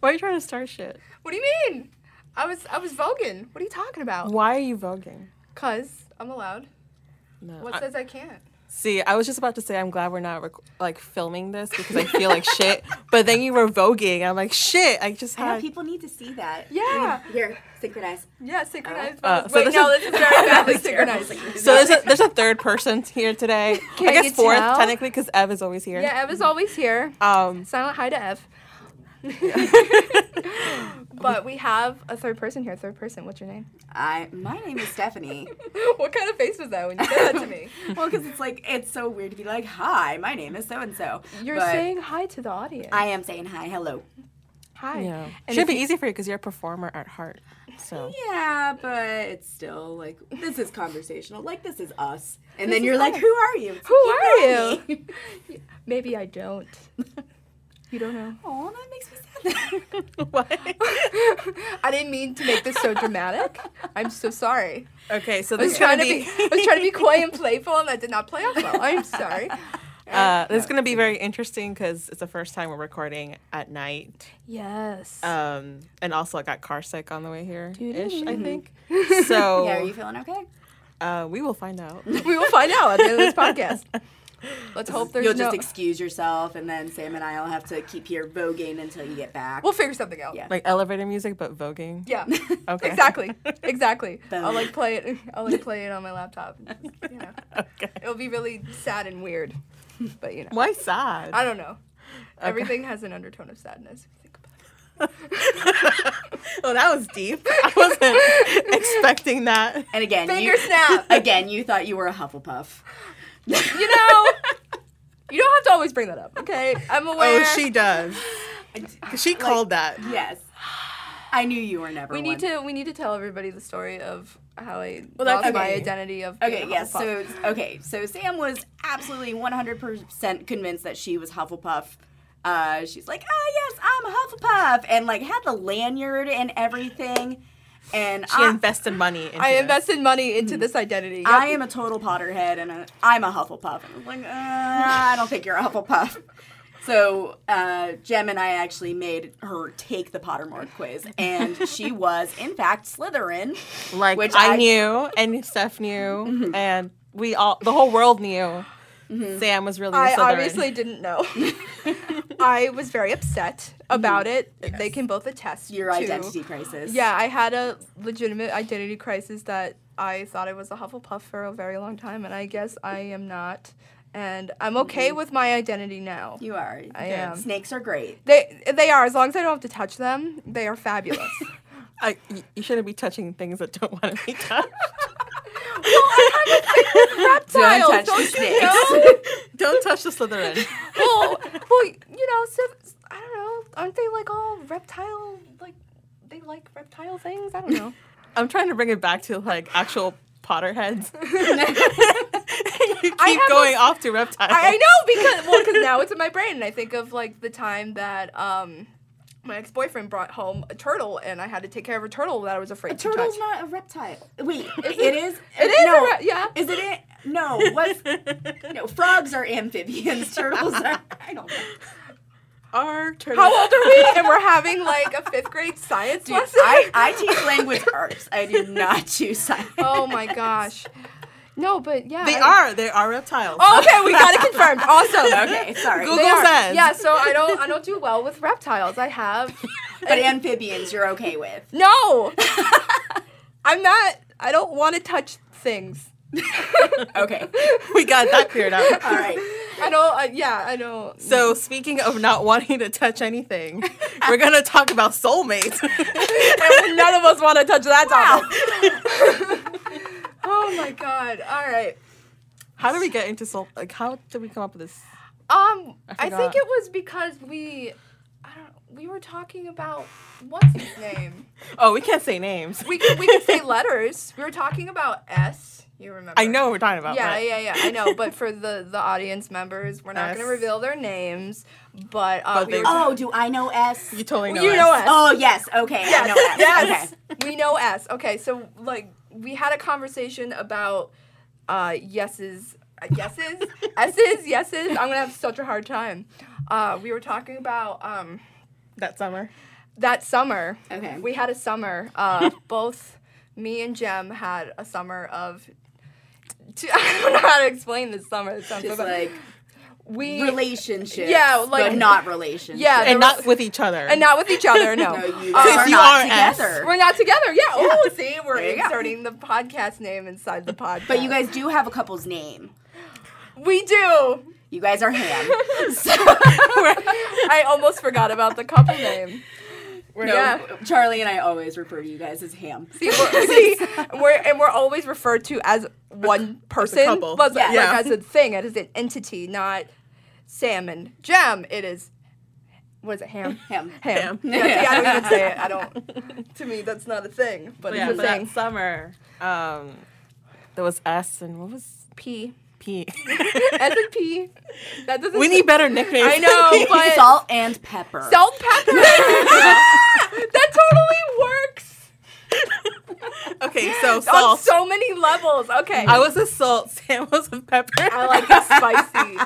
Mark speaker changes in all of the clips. Speaker 1: Why are you trying to start shit?
Speaker 2: What do you mean? I was I was voguing. What are you talking about?
Speaker 1: Why are you voguing?
Speaker 2: Cause I'm allowed.
Speaker 1: No.
Speaker 2: What
Speaker 1: I-
Speaker 2: says I can't?
Speaker 1: see, I was just about to say I'm glad we're not rec- like filming this because I feel like shit. But then you were voguing. I'm like shit. I just
Speaker 3: I know
Speaker 1: had.
Speaker 3: people need to see that.
Speaker 2: Uh, Yeah.
Speaker 3: Here, synchronize.
Speaker 2: Yeah, synchronized.
Speaker 1: Uh,
Speaker 2: vows.
Speaker 1: so
Speaker 2: Wait,
Speaker 1: this
Speaker 2: no,
Speaker 1: is-
Speaker 2: this is very badly
Speaker 3: Terrible.
Speaker 2: synchronized.
Speaker 1: so there's a, there's a third person here today. I
Speaker 2: Can't
Speaker 1: guess
Speaker 2: you
Speaker 1: fourth
Speaker 2: tell?
Speaker 1: technically because Ev is always here.
Speaker 2: Yeah, Ev is always here.
Speaker 1: Um.
Speaker 2: Silent hi to Ev. but we have a third person here. Third person, what's your name?
Speaker 3: I. My name is Stephanie.
Speaker 2: what kind of face was that when you said that to me?
Speaker 3: well, because it's like it's so weird to be like, "Hi, my name is so and so."
Speaker 2: You're saying hi to the audience.
Speaker 3: I am saying hi, hello.
Speaker 2: hi.
Speaker 1: Yeah.
Speaker 2: And
Speaker 1: Should
Speaker 2: if
Speaker 1: be
Speaker 2: you-
Speaker 1: easy for you because you're a performer at heart. So.
Speaker 3: Yeah, but it's still like this is conversational. Like this is us. And then you're like, "Who are you?"
Speaker 2: Who are
Speaker 3: know
Speaker 2: you? Maybe I don't. You don't know.
Speaker 3: Oh, that makes me sad.
Speaker 1: what?
Speaker 2: I didn't mean to make this so dramatic. I'm so sorry.
Speaker 1: Okay, so
Speaker 2: I
Speaker 1: this
Speaker 2: was
Speaker 1: is
Speaker 2: trying
Speaker 1: gonna
Speaker 2: to be,
Speaker 1: be.
Speaker 2: I was trying to be coy and playful, and that did not play off well. I'm sorry.
Speaker 1: Uh, this is gonna be very interesting because it's the first time we're recording at night,
Speaker 2: Yes.
Speaker 1: um, and also I got car sick on the way here ish. I think
Speaker 2: Oh.
Speaker 3: Yeah, are
Speaker 1: so.
Speaker 3: you feeling okay?
Speaker 1: Uh, we will find out.
Speaker 2: we will find out at the end of this podcast. Let's hope there's
Speaker 3: You'll
Speaker 2: no.
Speaker 3: just excuse yourself, and then Sam and I will have to keep here voguing until you get back.
Speaker 2: we'll figure something out.
Speaker 3: Yeah.
Speaker 1: Like elevator music, but voguing.
Speaker 2: Yeah.
Speaker 1: Okay.
Speaker 2: Exactly. Exactly.
Speaker 3: Boom.
Speaker 2: I'll like play it. I'll like play it on my laptop. You know,
Speaker 1: Okay.
Speaker 2: it'll be really sad and weird, but you know,
Speaker 1: Why sad?
Speaker 2: I don't know. Everything has an undertone of sadness. if you think about it.
Speaker 1: well, that was deep. I wasn't expecting that.
Speaker 3: and again,
Speaker 2: Finger
Speaker 3: you,
Speaker 2: snap.
Speaker 3: Again, you thought you were a Hufflepuff.
Speaker 2: You know, you don't have to always bring that up. Okay, I'm aware.
Speaker 1: Oh, she does. 'Cause She called that.
Speaker 3: Yes. I knew you were never.
Speaker 2: We need
Speaker 3: one.
Speaker 2: to we need to tell everybody the story of how I
Speaker 3: that's
Speaker 2: lost my
Speaker 3: okay.
Speaker 2: identity of being
Speaker 3: Okay.
Speaker 2: a
Speaker 3: Yes.
Speaker 2: Hufflepuff.
Speaker 3: So okay. So Sam was absolutely 100% convinced that she was Hufflepuff. Uh, she's like, oh yes, I'm a Hufflepuff, and like had the lanyard and everything. And
Speaker 1: She
Speaker 3: I,
Speaker 1: invested money. Into
Speaker 2: I
Speaker 1: this.
Speaker 2: invested money into this identity. Yep.
Speaker 3: I am a total Potterhead, and i I'm a Hufflepuff. And I was like, uh, I don't think you're a Hufflepuff. So uh, Jem and I actually made her take the Pottermore quiz, and she was in fact Slytherin.
Speaker 1: like
Speaker 3: which
Speaker 1: I,
Speaker 3: I-
Speaker 1: knew and Steph knew and we all the whole world knew Sam was really a
Speaker 2: I
Speaker 1: Slytherin.
Speaker 2: obviously didn't know. I was very upset about it. They can both attest
Speaker 3: Your
Speaker 2: to-
Speaker 3: identity crisis.
Speaker 2: Yeah, I had a legitimate identity crisis that I thought I was a Hufflepuff for a very long time, and I guess I am not. And I'm okay
Speaker 3: Mm-hmm.
Speaker 2: with my identity now.
Speaker 3: you are.
Speaker 2: I
Speaker 1: Yeah.
Speaker 2: am.
Speaker 3: Snakes are great.
Speaker 2: They they are as long as I don't have to touch them. They are fabulous.
Speaker 1: I, y- you shouldn't be touching things that don't want to be touched.
Speaker 2: Reptiles,
Speaker 3: touch
Speaker 2: don't
Speaker 3: the
Speaker 2: you
Speaker 3: snakes.
Speaker 2: know?
Speaker 1: don't touch the Slytherin.
Speaker 2: well, well, you know, so, I don't know. Aren't they like all reptile? Like they like reptile things. I don't know.
Speaker 1: I'm trying to bring it back to like actual Potterheads. you
Speaker 2: I
Speaker 1: keep
Speaker 2: have
Speaker 1: going off to reptiles.
Speaker 2: I, I know because well, because now it's in my brain, and I think of like the time that um my ex boyfriend brought home a turtle, and I had to take care of a turtle that I was afraid to touch.
Speaker 3: Turtle's not a reptile. Wait, it is.
Speaker 2: it is a
Speaker 3: No.
Speaker 2: re- yeah.
Speaker 3: Is it? A, no. What's? no. Frogs are amphibians. Turtles are. I don't know.
Speaker 1: Our turtle.
Speaker 2: How old are we? And we're having like a fifth grade science lesson.
Speaker 3: I, I teach language arts. I do not choose science.
Speaker 2: oh my gosh. No, but yeah.
Speaker 1: They
Speaker 2: I-
Speaker 1: are. They are reptiles.
Speaker 2: Oh, okay, we got it confirmed. Awesome.
Speaker 3: Okay, sorry.
Speaker 1: Google says.
Speaker 2: Yeah, so I don't I don't do well with reptiles. I have
Speaker 3: But amphibians, you're okay with.
Speaker 2: No. I'm not I don't want to touch things.
Speaker 3: Okay.
Speaker 1: we got that cleared up.
Speaker 3: All right.
Speaker 2: I don't I, yeah, I don't
Speaker 1: So speaking of not wanting to touch anything, we're gonna talk about soulmates.
Speaker 2: And none of us want to touch that topic. oh my god. All right.
Speaker 1: how did we get into soul? Like, how did we come up with this?
Speaker 2: Um I,
Speaker 1: forgot.
Speaker 2: think it was because we I don't we were talking about what's his name?
Speaker 1: Oh, we can't say names.
Speaker 2: We could we could say letters. We were talking about S, you remember?
Speaker 1: I know what we're talking about.
Speaker 2: Yeah,
Speaker 1: Uh, but-
Speaker 2: yeah, yeah. I know, but for the the audience members, we're not going
Speaker 1: Us.
Speaker 2: to reveal their names, but uh
Speaker 1: But
Speaker 2: we
Speaker 1: they-
Speaker 2: were-
Speaker 3: Oh, do I know S?
Speaker 1: You totally know.
Speaker 2: you
Speaker 1: us.
Speaker 2: know us.
Speaker 3: Oh, yes. Okay. I know S.
Speaker 2: Yes.
Speaker 3: Okay.
Speaker 2: we know S. Okay, so like we had a conversation about uh yeses, uh, yeses, S's, yeses. I'm gonna have such a hard time. Uh, we were talking about um
Speaker 1: that summer.
Speaker 2: that summer,
Speaker 3: Okay.
Speaker 2: we had a summer. Uh, both me and Jem had a summer of. T- I don't know how to explain this summer. It sounds so
Speaker 3: Just
Speaker 2: bad.
Speaker 3: like
Speaker 2: we
Speaker 3: relationships.
Speaker 2: Yeah, like-
Speaker 3: but not relationships.
Speaker 2: Yeah,
Speaker 1: and
Speaker 2: there
Speaker 1: not
Speaker 2: was-
Speaker 1: with each other.
Speaker 2: and not with each other. No,
Speaker 3: No, you
Speaker 2: Uh,
Speaker 3: guys
Speaker 1: Since
Speaker 3: are
Speaker 1: you
Speaker 3: not
Speaker 1: are ass.
Speaker 3: together.
Speaker 2: we're not together. Yeah. Oh, see, we're
Speaker 3: There you go.
Speaker 2: inserting the podcast name inside the podcast.
Speaker 3: But you guys do have a couple's name.
Speaker 2: we do.
Speaker 3: You guys are ham.
Speaker 2: I almost forgot about the couple name.
Speaker 3: no,
Speaker 2: yeah.
Speaker 3: Charlie and I always refer to you guys as ham.
Speaker 2: See, we're, see, we're and we're always referred to as one person,
Speaker 1: couple.
Speaker 2: but
Speaker 3: Yeah.
Speaker 2: like
Speaker 1: Yeah.
Speaker 2: as a thing, as an entity, not Sam and Jem. It is what is it? Ham.
Speaker 3: Ham.
Speaker 2: Ham.
Speaker 1: Ham.
Speaker 2: Yeah, see, I don't even say it. I don't. To me, that's not a thing, but
Speaker 1: But yeah,
Speaker 2: it's
Speaker 1: but
Speaker 2: a
Speaker 1: that
Speaker 2: thing.
Speaker 1: summer, um, there was us and what was
Speaker 2: P.
Speaker 1: P?
Speaker 2: S and P. That doesn't.
Speaker 1: we need better nicknames.
Speaker 2: I know, but
Speaker 3: Salt and pepper.
Speaker 2: salt pepper. that totally works
Speaker 1: okay, so
Speaker 2: on
Speaker 1: salt.
Speaker 2: so many levels. Okay.
Speaker 1: I was a salt. Sam was a pepper.
Speaker 2: I like it spicy.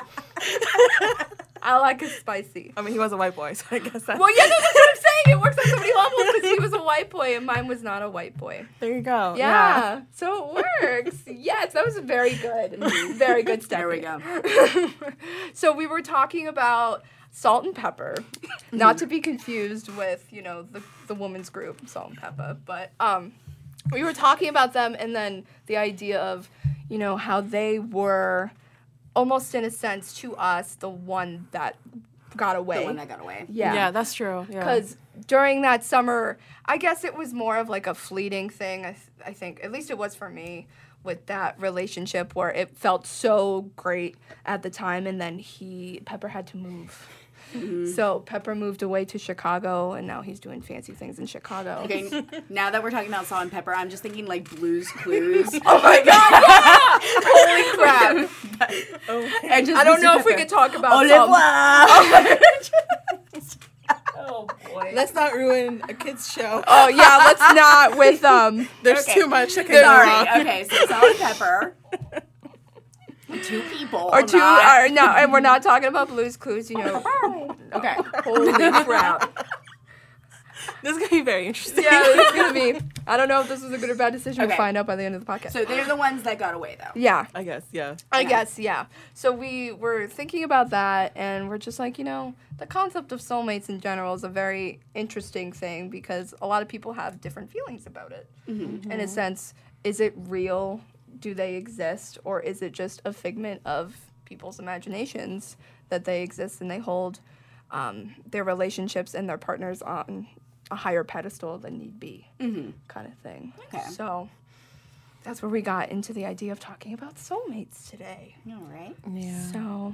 Speaker 2: I like it spicy.
Speaker 1: I mean, he was a white boy, so I guess that.
Speaker 2: Well, yeah, no, that's what I'm saying. It works on so many levels because he was a white boy and mine was not a white boy.
Speaker 1: there you go.
Speaker 2: Yeah, so it works. yes, that was very good. Very good step.
Speaker 3: Mm-hmm. There we go.
Speaker 2: so we were talking about salt and pepper, not to be confused with you know the the woman's group salt and pepper, but um, we were talking about them and then the idea of you know how they were almost in a sense to us the one that got away.
Speaker 3: The one that got away.
Speaker 1: Yeah, yeah that's true. Yeah.
Speaker 2: Because during that summer, I guess it was more of like a fleeting thing, I, th- I think. At least it was for me with that relationship where it felt so great at the time. And then he, Pepper had to move. So Pepper moved away to Chicago and now he's doing fancy things in Chicago.
Speaker 3: Okay, now that we're talking about salt and pepper, I'm just thinking like Blues Clues.
Speaker 2: Oh my God! Holy crap!
Speaker 3: And just
Speaker 2: I don't
Speaker 3: Mr.
Speaker 2: know if we
Speaker 3: Pepper.
Speaker 2: could talk
Speaker 3: Au
Speaker 2: about some-
Speaker 3: revoir.
Speaker 1: oh boy. Let's not ruin a kids show.
Speaker 2: Oh yeah, let's not with um.
Speaker 1: There's
Speaker 3: Okay.
Speaker 1: too much that can go wrong.
Speaker 3: Sorry. Okay, so salt and pepper. Two people.
Speaker 2: Or two,
Speaker 3: not-
Speaker 2: or no, and we're not talking about Blues Clues, you know.
Speaker 3: okay.
Speaker 2: Holy crap.
Speaker 1: This is gonna be very interesting.
Speaker 2: Yeah, it's gonna be. I don't know if this was a good or bad decision.
Speaker 3: Okay.
Speaker 2: We'll find out by the end of the podcast.
Speaker 3: So they're the ones that got away though.
Speaker 2: yeah,
Speaker 1: I guess. Yeah.
Speaker 2: I
Speaker 3: Yeah.
Speaker 2: guess yeah. So we were thinking about that, and we're just like, you know, the concept of soulmates in general is a very interesting thing because a lot of people have different feelings about it.
Speaker 3: Mm-hmm.
Speaker 2: In a sense, is it real? Do they exist, or is it just a figment of people's imaginations that they exist and they hold um, their relationships and their partners on a higher pedestal than need be, kind of thing.
Speaker 3: Mm-hmm. Okay.
Speaker 2: So that's where we got into the idea of talking about soulmates today.
Speaker 3: All right.
Speaker 1: Yeah.
Speaker 2: So,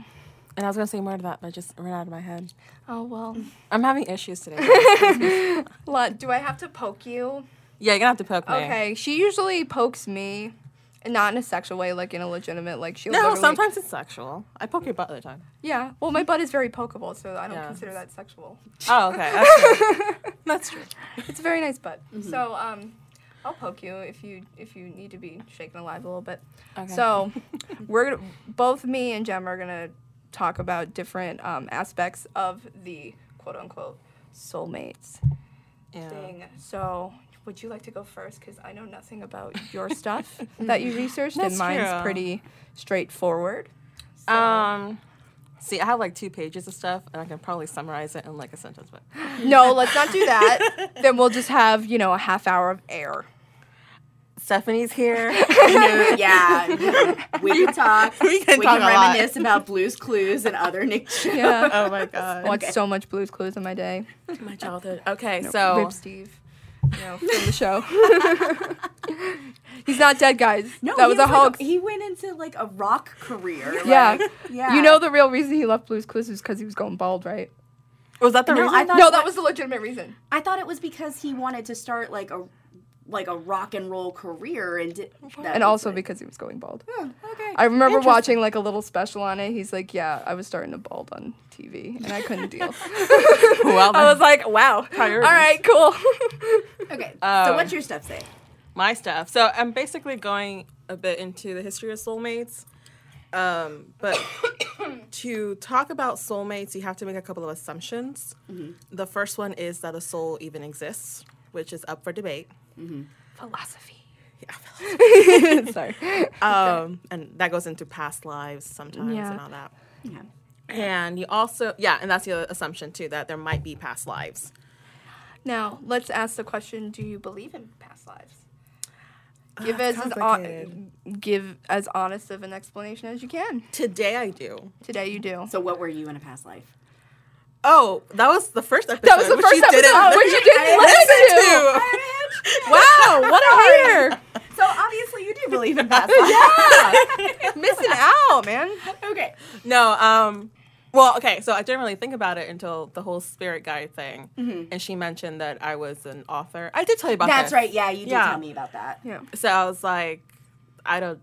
Speaker 1: And I was gonna say more to that, but it just ran out of my head.
Speaker 2: oh well.
Speaker 1: I'm having issues today.
Speaker 2: Lot, do I have to poke you?
Speaker 1: yeah, you're gonna have to poke me.
Speaker 2: Okay, she usually pokes me, and not in a sexual way, like in a legitimate, like she.
Speaker 1: No, sometimes it's sexual. I poke your butt all the time.
Speaker 2: Yeah. Well, my butt is very pokeable, so I don't
Speaker 1: Yeah.
Speaker 2: consider that sexual.
Speaker 1: Oh, okay. That's true. That's true.
Speaker 2: It's a very nice butt.
Speaker 1: Mm-hmm.
Speaker 2: So, um, I'll poke you if you if you need to be shaken alive a little bit.
Speaker 1: Okay.
Speaker 2: So, we're gonna, both me and Jem are gonna talk about different um, aspects of the quote unquote soulmates
Speaker 1: Yeah.
Speaker 2: thing. So, would you like to go first? Because I know nothing about your stuff that you researched, and
Speaker 1: That's
Speaker 2: mine's
Speaker 1: true.
Speaker 2: pretty straightforward. So-
Speaker 1: Um, see, I have like two pages of stuff, and I can probably summarize it in like a sentence. But
Speaker 2: no, let's not do that. then we'll just have you know a half hour of air.
Speaker 1: Stephanie's here.
Speaker 3: No, yeah. We can talk.
Speaker 1: We can talk a lot.
Speaker 3: reminisce about Blues Clues and other Nick shows.
Speaker 2: Yeah.
Speaker 1: oh my god.
Speaker 2: Watched so much Blues Clues in my day.
Speaker 1: my childhood. Okay, so
Speaker 2: Rip Steve. You know, from the show. He's not dead, guys. that was
Speaker 3: he
Speaker 2: a
Speaker 3: like,
Speaker 2: hoax.
Speaker 3: he went into like a rock career.
Speaker 2: yeah.
Speaker 3: like, yeah.
Speaker 2: You know the real reason he left Blues Clues is because he was going bald, right?
Speaker 1: was that the
Speaker 3: No,
Speaker 1: reason?
Speaker 3: I thought-
Speaker 2: no, that was the legitimate reason.
Speaker 3: I thought it was because he wanted to start like a like a rock and roll career and did, that
Speaker 2: And
Speaker 3: was
Speaker 2: also
Speaker 3: it.
Speaker 2: because he was going bald.
Speaker 3: Hmm, okay.
Speaker 2: I remember
Speaker 3: Interesting.
Speaker 2: watching like a little special on it. He's like, "Yeah, I was starting to bald on TV, and I couldn't deal."
Speaker 1: well,
Speaker 2: I was like, "Wow,
Speaker 1: Priorities.
Speaker 2: all right, cool."
Speaker 3: Okay. so
Speaker 1: Um,
Speaker 3: what's your stuff say?
Speaker 1: my stuff. So I'm basically going a bit into the history of soulmates. Um, but to talk about soulmates, you have to make a couple of assumptions.
Speaker 2: Mm-hmm.
Speaker 1: The first one is that a soul even exists, which is up for debate.
Speaker 2: Philosophy.
Speaker 1: Yeah.
Speaker 2: Sorry.
Speaker 1: Um, and that goes into past lives sometimes
Speaker 2: Yeah.
Speaker 1: and all that.
Speaker 3: Yeah.
Speaker 1: And you also, yeah, and that's the other assumption too that there might be past lives.
Speaker 2: Now, let's ask the question do you believe in past lives? Give us as on-
Speaker 1: complicated.
Speaker 2: give as honest of an explanation as you can.
Speaker 1: Today I do.
Speaker 2: Today you do.
Speaker 3: So what were you in a past life?
Speaker 1: Oh, that was the first episode.
Speaker 2: That was the
Speaker 1: which
Speaker 2: first
Speaker 1: you didn't
Speaker 2: episode, which you didn't listen to.
Speaker 1: wow, what a hater!
Speaker 3: So obviously you do believe in past lives.
Speaker 2: Missing out, man.
Speaker 3: Okay.
Speaker 1: No, um, well, okay, so I didn't really think about it until the whole spirit guide thing, and she mentioned that I was an author. I did tell you about
Speaker 3: That's
Speaker 1: this.
Speaker 3: right. Yeah, you did
Speaker 1: Yeah.
Speaker 3: tell me about that.
Speaker 2: Yeah.
Speaker 1: So I was like, I don't,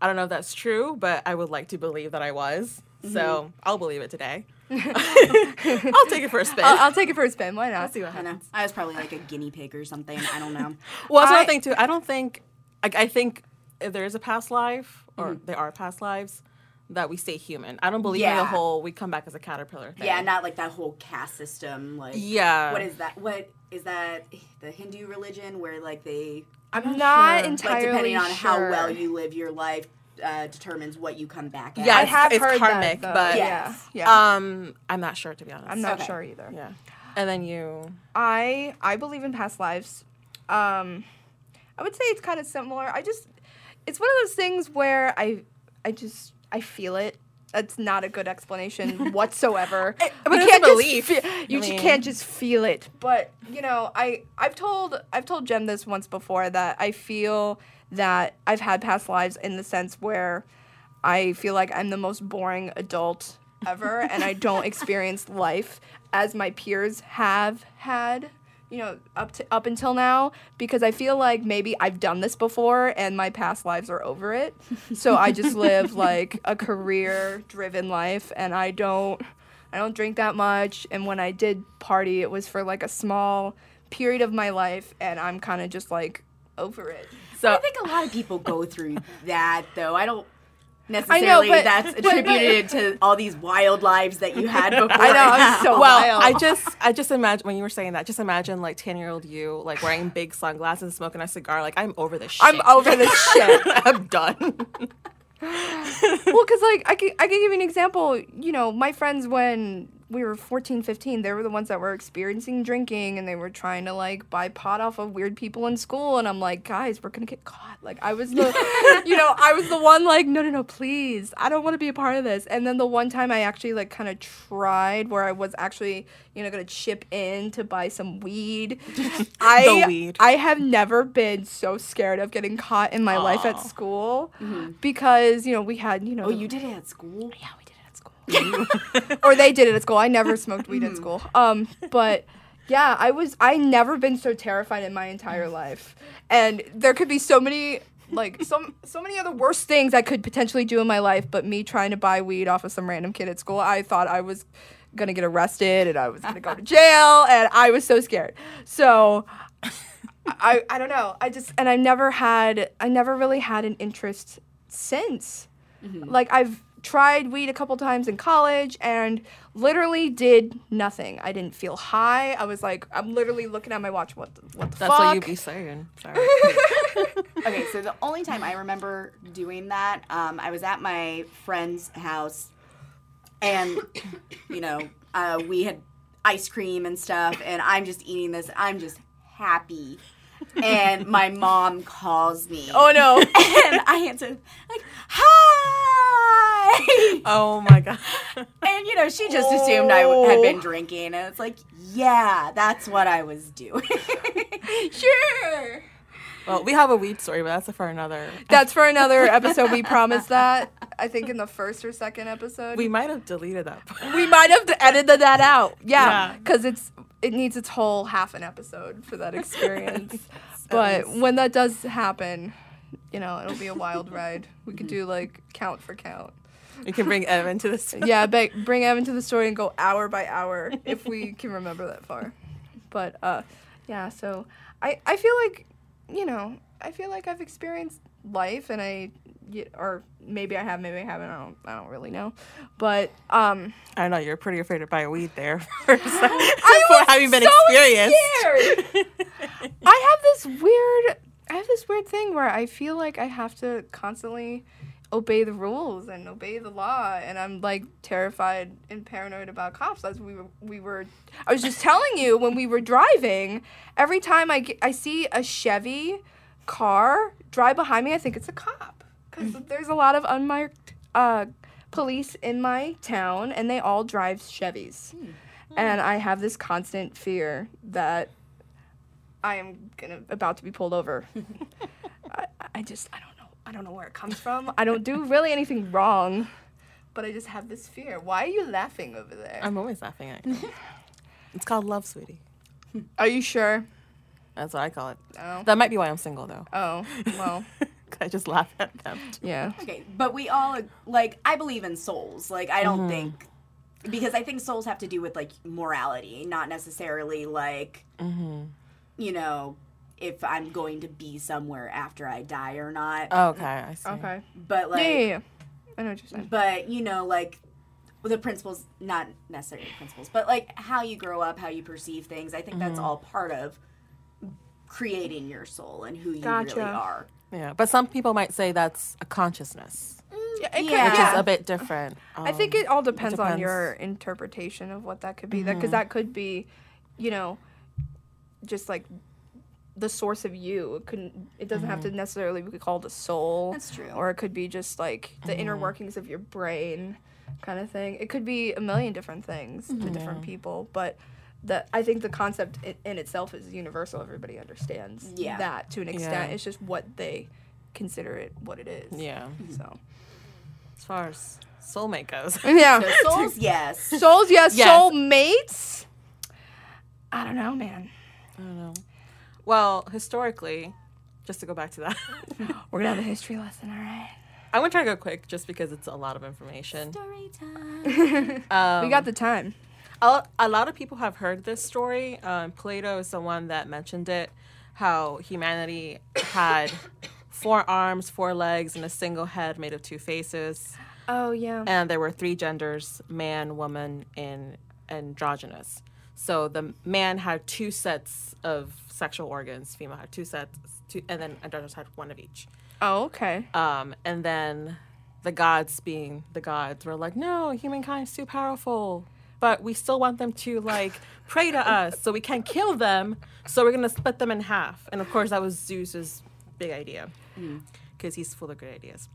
Speaker 1: I don't know if that's true, but I would like to believe that I was. So I'll believe it today. I'll take it for a spin.
Speaker 2: I'll, I'll take it for a spin. Why not?
Speaker 1: see what
Speaker 3: I
Speaker 1: happens.
Speaker 3: know. I was probably like a guinea pig or something. I don't know.
Speaker 1: Well, that's
Speaker 2: I-
Speaker 1: another thing too. I don't think like I think if there is a past life or there are past lives that we stay human. I don't believe in
Speaker 3: Yeah.
Speaker 1: the whole we come back as a caterpillar thing.
Speaker 3: Yeah, not like that whole caste system. Like,
Speaker 1: Yeah.
Speaker 3: what is that? What is that? The Hindu religion where like they
Speaker 1: I'm
Speaker 2: Not
Speaker 1: sure.
Speaker 2: entirely
Speaker 3: like depending on how
Speaker 2: sure.
Speaker 3: well you live your life uh, determines what you come back at.
Speaker 1: Yeah,
Speaker 2: I
Speaker 1: it's-
Speaker 2: have
Speaker 1: it's
Speaker 2: heard
Speaker 1: karmic,
Speaker 2: that, though.
Speaker 1: but-
Speaker 2: yeah,
Speaker 3: Yes.
Speaker 2: yeah.
Speaker 1: Um, I'm not sure to be honest.
Speaker 2: I'm not
Speaker 3: okay.
Speaker 2: sure either.
Speaker 1: Yeah. And then you.
Speaker 2: I I believe in past lives. Um, I would say it's kind of similar. I just it's one of those things where I I just I feel it. That's not a good explanation whatsoever.
Speaker 1: but it's a belief.
Speaker 2: Just feel, you
Speaker 1: I
Speaker 2: ju-
Speaker 1: mean-
Speaker 2: can't just feel it. But you know, I I've told I've told Jem this once before that I feel that I've had past lives in the sense where I feel like I'm the most boring adult ever and I don't experience life as my peers have had, you know, up to up until now because I feel like maybe I've done this before and my past lives are over it. So I just live like a career driven life and I don't I don't drink that much and when I did party it was for like a small period of my life and I'm kind of just like over it.
Speaker 1: So
Speaker 3: I think a lot of people go through that though. I
Speaker 2: know,
Speaker 3: don't necessarily
Speaker 2: but-
Speaker 3: that's
Speaker 2: but- but-
Speaker 3: attributed to all these wild lives that you had before.
Speaker 2: I know, I was
Speaker 3: now.
Speaker 2: so
Speaker 1: well,
Speaker 2: wild.
Speaker 1: I just, I just imagine when you were saying that, just imagine like ten year old you, like wearing big sunglasses, and smoking a cigar. Like I'm over this shit.
Speaker 2: I'm over this shit.
Speaker 1: I'm done.
Speaker 2: well because like I can, I can give you an example you know my friends when we were 14 15 they were the ones that were experiencing drinking and they were trying to like buy pot off of weird people in school and i'm like guys we're gonna get caught like i was the you know i was the one like no no no please i don't want to be a part of this and then the one time i actually like kind of tried where i was actually you know gonna chip in to buy some weed i
Speaker 1: The weed.
Speaker 2: i have never been so scared of getting caught in my life at
Speaker 1: Aw.
Speaker 2: school because you know we had you know
Speaker 3: Oh,
Speaker 2: the-
Speaker 3: you did it at school?
Speaker 2: yeah, we did it at school. or they did it at school. I never smoked weed at school. Um, but yeah, I was I never been so terrified in my entire life. And there could be so many like some so many other worse things I could potentially do in my life, but me trying to buy weed off of some random kid at school, I thought I was gonna get arrested and I was gonna go to jail and I was so scared. So I, I don't know. I just and I never had I never really had an interest since.
Speaker 1: Mm-hmm.
Speaker 2: Like I've tried weed a couple times in college and literally did nothing. I didn't feel high. I was like I'm literally looking at my watch. What the, what the
Speaker 1: That's
Speaker 2: fuck?
Speaker 1: what you be saying. Sorry.
Speaker 3: Okay, so the only time I remember doing that, um, I was at my friend's house, and you know, uh, we had ice cream and stuff, and I'm just eating this. I'm just happy, and my mom calls me.
Speaker 2: oh no.
Speaker 3: and I answer like, "Hi."
Speaker 1: oh my god.
Speaker 3: And you know, she just assumed I w- had been drinking, and it's like, yeah, that's what I was doing.
Speaker 2: sure.
Speaker 1: Well, we have a weed story, but that's for another.
Speaker 2: That's for another episode. We promised that. I think in the first or second episode.
Speaker 1: We might have deleted that. part.
Speaker 2: we might have to edit that out. Yeah,
Speaker 1: Yeah.
Speaker 2: because it's it needs its whole half an episode for that experience. but when that does happen, you know, it'll be a wild ride. We could do like count for count.
Speaker 1: We can bring Evan to this.
Speaker 2: Yeah, but bring Evan to the story and go hour by hour if we can remember that far. But uh, yeah, so I I feel like you know I feel like I've experienced life and I y- or maybe I have, maybe I haven't. I don't, I don't really know. But um,
Speaker 1: I know you're pretty afraid to buy weed there for, for having been experienced.
Speaker 2: scared. I have this weird, I have this weird thing where I feel like I have to constantly obey the rules and obey the law, and I'm like terrified and paranoid about cops. As we were, we were, I was just telling you when we were driving. Every time I get, I see a Chevy car drive behind me, I think it's a cop because there's a lot of unmarked. Uh, police in my town and they all drive Chevys. And I have this constant fear that I am gonna about to be pulled over. I, I just I don't know I don't know where it comes from. I don't do really anything wrong, but I just have this fear. Why are you laughing over there?
Speaker 1: I'm always laughing at you. It's called love, sweetie.
Speaker 2: are you sure?
Speaker 1: That's what I call it.
Speaker 2: No.
Speaker 1: That might be why I'm single, though.
Speaker 2: Oh well,
Speaker 1: 'Cause I just laugh at them.
Speaker 2: yeah.
Speaker 3: Okay, but we all like I believe in souls. Like I don't think because I think souls have to do with like morality, not necessarily like you know if I'm going to be somewhere after I die or not.
Speaker 1: Okay, I see.
Speaker 2: Okay.
Speaker 3: but like
Speaker 2: Yeah, yeah, yeah. I know what you're saying.
Speaker 3: but you know like the principles not necessarily the principles, but like how you grow up, how you perceive things. I think that's all part of creating your soul and who you
Speaker 2: Gotcha.
Speaker 3: really are.
Speaker 1: Yeah, but some people might say that's a consciousness,
Speaker 2: Yeah, it could-
Speaker 3: yeah.
Speaker 1: which
Speaker 2: yeah.
Speaker 1: is a bit different. Um,
Speaker 2: I think it all depends, on
Speaker 1: depends.
Speaker 2: your interpretation of what that could be. That because that could be, you know, just like the source of you. It couldn't. It doesn't have to necessarily be called a soul.
Speaker 3: That's true.
Speaker 2: Or it could be just like the inner workings of your brain, kind of thing. It could be a million different things to different people, but. The, I think the concept in, in itself is universal. Everybody understands
Speaker 3: Yeah.
Speaker 2: that to an extent.
Speaker 1: Yeah.
Speaker 2: It's just what they consider it what it is.
Speaker 1: Yeah,
Speaker 2: So
Speaker 1: as far as soulmate goes.
Speaker 2: yeah.
Speaker 3: So souls, yes.
Speaker 2: Souls, yes.
Speaker 1: Yes.
Speaker 2: Soul mates. I don't know, man.
Speaker 1: I don't know. Well, historically, just to go back to that,
Speaker 2: We're gonna have a history lesson, all right?
Speaker 1: I'm gonna try to go quick just because it's a lot of information.
Speaker 3: Story time.
Speaker 1: Um,
Speaker 2: we got the time.
Speaker 1: a, a lot of people have heard this story. Um, Plato is the one that mentioned it. How humanity had four arms, four legs, and a single head made of two faces,
Speaker 2: Oh yeah.
Speaker 1: and there were three genders: man, woman, and androgynous. So the man had two sets of sexual organs. Female had two sets, two, and then androgynous had one of each.
Speaker 2: Oh okay.
Speaker 1: Um, and then the gods, being the gods, were like, no, humankind's too powerful, but we still want them to like pray to us, so we can't kill them. So we're gonna split them in half. And of course, that was Zeus's big idea, because he's full of great ideas.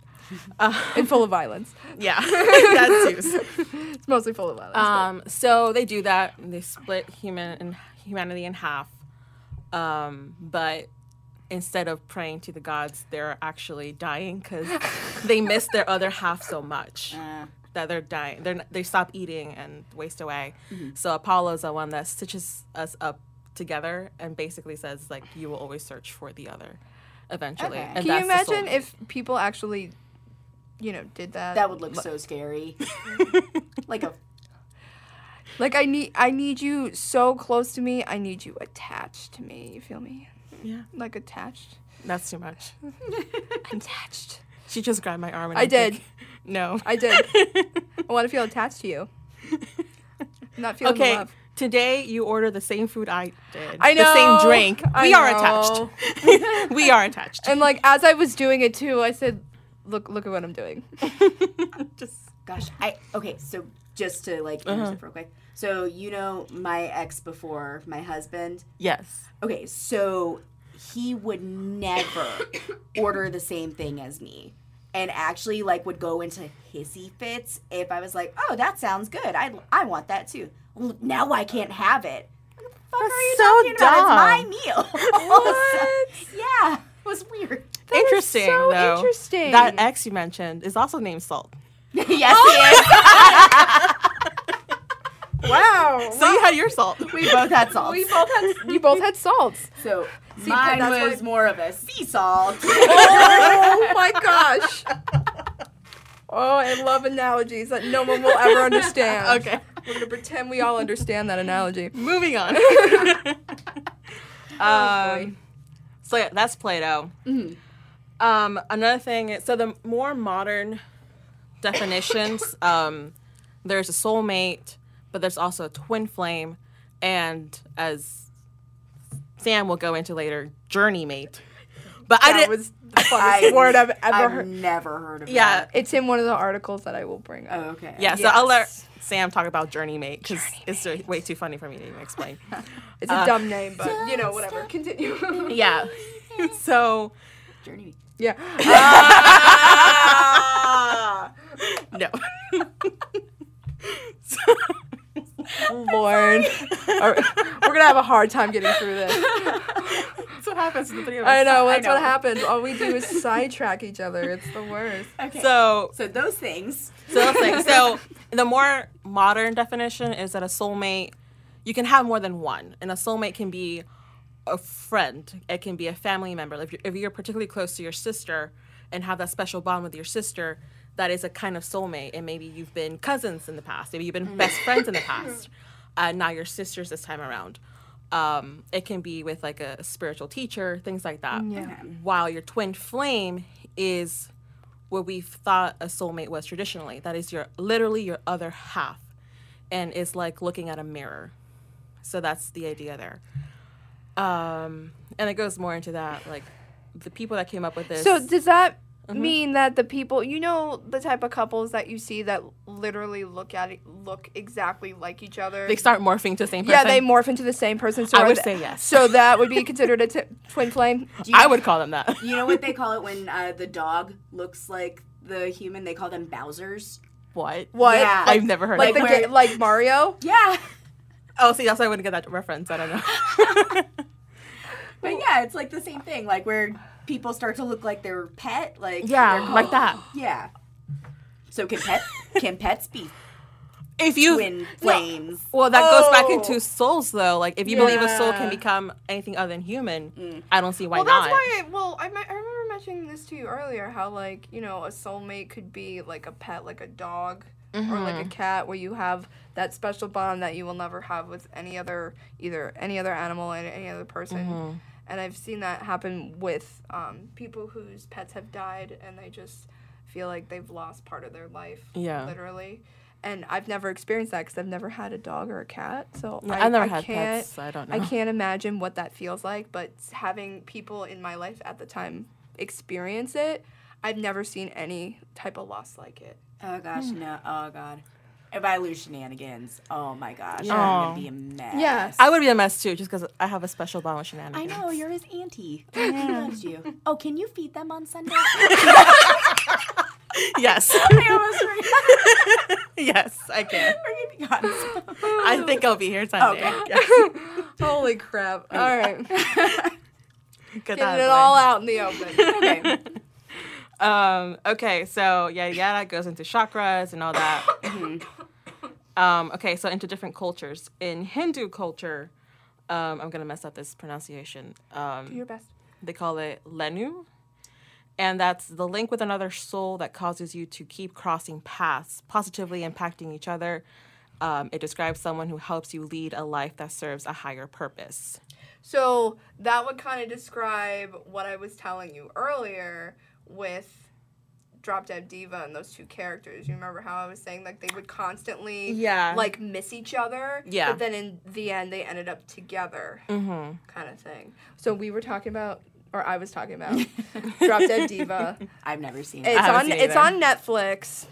Speaker 2: and full of violence.
Speaker 1: Yeah, that's Zeus.
Speaker 2: It's mostly full of violence.
Speaker 1: Um, so they do that. And they split human and humanity in half. Um, but instead of praying to the gods, they're actually dying because they miss their other half so much
Speaker 3: Uh,
Speaker 1: that they're dying. They're, n- they stop eating and waste away.
Speaker 2: Mm-hmm.
Speaker 1: So Apollo's the one that stitches us up together and basically says like, you will always search for the other. Eventually,
Speaker 3: Okay.
Speaker 1: and
Speaker 2: Can you
Speaker 1: that's the
Speaker 2: imagine
Speaker 1: soulmate.
Speaker 2: if people actually, you know, did that?
Speaker 3: that would look so scary. like a
Speaker 2: like I need, I need you so close to me. I need you attached to me. You feel me?
Speaker 1: Yeah.
Speaker 2: Like attached.
Speaker 1: that's too much?
Speaker 2: attached.
Speaker 1: She just grabbed my arm. and
Speaker 2: I
Speaker 1: I'm
Speaker 2: did.
Speaker 1: like, No,
Speaker 2: I did. I want to feel attached to you. Not feeling the
Speaker 1: Okay.
Speaker 2: love.
Speaker 1: Today you order the same food I did.
Speaker 2: I
Speaker 1: The same
Speaker 2: know.
Speaker 1: drink.
Speaker 2: I
Speaker 1: we are
Speaker 2: know.
Speaker 1: attached. we are attached.
Speaker 2: And like as I was doing it too, I said, "Look, look at what I'm doing."
Speaker 1: Just
Speaker 3: gosh, I okay, so just to like intercept real quick. So you know my ex before my husband.
Speaker 1: yes.
Speaker 3: Okay, so he would never order the same thing as me. And actually like would go into hissy fits if I was like, "Oh, that sounds good. I I want that too." Well, now I can't have it. What the fuck are you
Speaker 1: so
Speaker 3: talking about?
Speaker 1: dumb.
Speaker 3: It's my meal. What? yeah. It was weird.
Speaker 1: interesting
Speaker 2: so
Speaker 1: though.
Speaker 2: interesting.
Speaker 1: That ex you mentioned is also named Salt.
Speaker 3: yes, he is.
Speaker 2: Wow.
Speaker 1: So you had your salt.
Speaker 3: We both had salt.
Speaker 2: we both had you both had salts.
Speaker 3: So
Speaker 2: mine
Speaker 3: mine
Speaker 2: that's
Speaker 3: was more of a sea salt.
Speaker 2: Oh my gosh. Oh, I love analogies that no one will ever understand.
Speaker 1: okay.
Speaker 2: We're gonna pretend we all understand that analogy.
Speaker 1: Moving on.
Speaker 2: Oh, Mm-hmm.
Speaker 1: um, so yeah, that's Plato. Um, another thing, is- so the more modern definitions, um, there's a soulmate, but there's also a twin flame, and as Sam will go into later, journey mate. But I
Speaker 2: That
Speaker 1: didn't.
Speaker 2: was the funniest
Speaker 3: I-
Speaker 2: word I've ever
Speaker 3: I've
Speaker 2: heard.
Speaker 3: never heard of
Speaker 1: yeah,
Speaker 3: that.
Speaker 2: It's in one of the articles that I will bring up.
Speaker 3: Oh, okay.
Speaker 1: yeah. So I'll let
Speaker 2: Yes.
Speaker 1: Sam talk about journey mate because it's uh, way too funny for me to even explain.
Speaker 2: It's a dumb name, but you know, whatever. Continue.
Speaker 1: yeah. so
Speaker 3: Journey.
Speaker 2: yeah. Oh, Ah.
Speaker 1: no.
Speaker 2: Lord. All right, We're going to have a hard time getting through this.
Speaker 1: That's what happens to the three of
Speaker 2: I know. That's
Speaker 3: know.
Speaker 2: what happens. All we do is sidetrack each other. It's the worst.
Speaker 3: Okay. So,
Speaker 1: So
Speaker 3: so those things.
Speaker 1: So that's like so the more modern definition is that a soulmate you can have more than one, and a soulmate can be a friend. It can be a family member. Like if you're, if you're particularly close to your sister and have that special bond with your sister, that is a kind of soulmate. And maybe you've been cousins in the past. Maybe you've been best friends in the past. Uh, now you're sisters this time around. Um, it can be with like a spiritual teacher, things like that.
Speaker 2: Yeah.
Speaker 1: While your twin flame is what we've thought a soulmate was traditionally. That is your literally your other half, and it's like looking at a mirror. So that's the idea there. Um, and it goes more into that, like the people that came up with this.
Speaker 2: So does that
Speaker 1: Mm-hmm.
Speaker 2: mean that the people you know the type of couples that you see that literally look at it, look exactly like each other?
Speaker 1: they start morphing to the same person.
Speaker 2: yeah, they morph into the same person. So
Speaker 1: I
Speaker 2: are
Speaker 1: would
Speaker 2: th-
Speaker 1: say yes.
Speaker 2: So that would be considered a t- twin flame.
Speaker 3: Do you,
Speaker 1: I would call them that.
Speaker 3: You know what they call it when uh, the dog looks like the human? They call them Bowser's.
Speaker 1: what?
Speaker 2: What?
Speaker 3: Yeah.
Speaker 1: I've never heard.
Speaker 2: Like
Speaker 1: of
Speaker 2: the
Speaker 1: that.
Speaker 3: where-
Speaker 2: ga- like Mario.
Speaker 3: Yeah.
Speaker 1: Oh, see, that's why I wouldn't get that reference. I don't know.
Speaker 3: But yeah, it's like the same thing, like where people start to look like their pet, like
Speaker 1: yeah,
Speaker 3: they're
Speaker 1: like
Speaker 3: called-
Speaker 1: that.
Speaker 3: Yeah. So can pet can pets be
Speaker 1: If you
Speaker 3: twin flames?
Speaker 1: Well, that goes back
Speaker 2: Oh.
Speaker 1: into souls, though. Like, if you believe a soul can
Speaker 2: Yeah.
Speaker 1: become anything other than human, I don't see why
Speaker 2: Well,
Speaker 1: not.
Speaker 2: that's why. I, well, I, me- I remember mentioning this to you earlier. How like you know a soulmate could be like a pet, like a dog or
Speaker 1: Mm-hmm.
Speaker 2: like a cat, where you have that special bond that you will never have with any other either any other animal and any other person.
Speaker 1: Mm-hmm.
Speaker 2: And I've seen that happen with um, people whose pets have died, and they just feel like they've lost part of their life.
Speaker 1: Yeah.
Speaker 2: literally. And I've never experienced that because I've never had a dog or a cat, so
Speaker 1: Yeah,
Speaker 2: I,
Speaker 1: I've never
Speaker 2: I
Speaker 1: had
Speaker 2: can't,
Speaker 1: pets, so I don't
Speaker 2: I
Speaker 1: know.
Speaker 2: can't imagine what that feels like, but having people in my life at the time experience it, I've never seen any type of loss like it.
Speaker 3: Oh gosh, no. Oh god. If I lose shenanigans, oh my gosh, I'm
Speaker 1: Yeah.
Speaker 3: gonna be a mess.
Speaker 2: Yes.
Speaker 1: I would be a mess too, just because I have a special bond with shenanigans.
Speaker 3: I know you're his auntie. He loves you. Oh, can you feed them on Sunday?
Speaker 1: Yes,
Speaker 3: I almost forgot.
Speaker 1: yes, I can.
Speaker 3: We're gonna be gone.
Speaker 1: I think I'll be here Sunday.
Speaker 3: Okay.
Speaker 1: Yes.
Speaker 2: Holy crap. All right.
Speaker 1: Good time,
Speaker 2: Getting it all out in the open.
Speaker 3: Okay.
Speaker 1: boy. Um. Okay. So yeah, yeah, that goes into chakras and all that. um. Okay. So into different cultures. In Hindu culture, um, I'm gonna mess up this pronunciation. Um,
Speaker 2: Do your best.
Speaker 1: They call it Lenu. And that's the link with another soul that causes you to keep crossing paths, positively impacting each other. Um, it describes someone who helps you lead a life that serves a higher purpose.
Speaker 2: So that would kind of describe what I was telling you earlier with Drop Dead Diva and those two characters. You remember how I was saying like they would constantly
Speaker 1: Yeah.
Speaker 2: like miss each other.
Speaker 1: Yeah.
Speaker 2: But then in the end they ended up together
Speaker 1: Mm-hmm.
Speaker 2: kind of thing. So we were talking about or I was talking about Drop Dead Diva.
Speaker 3: I've never seen it.
Speaker 2: It's
Speaker 1: haven't
Speaker 2: on
Speaker 1: seen it
Speaker 2: it's
Speaker 1: either.
Speaker 2: on Netflix.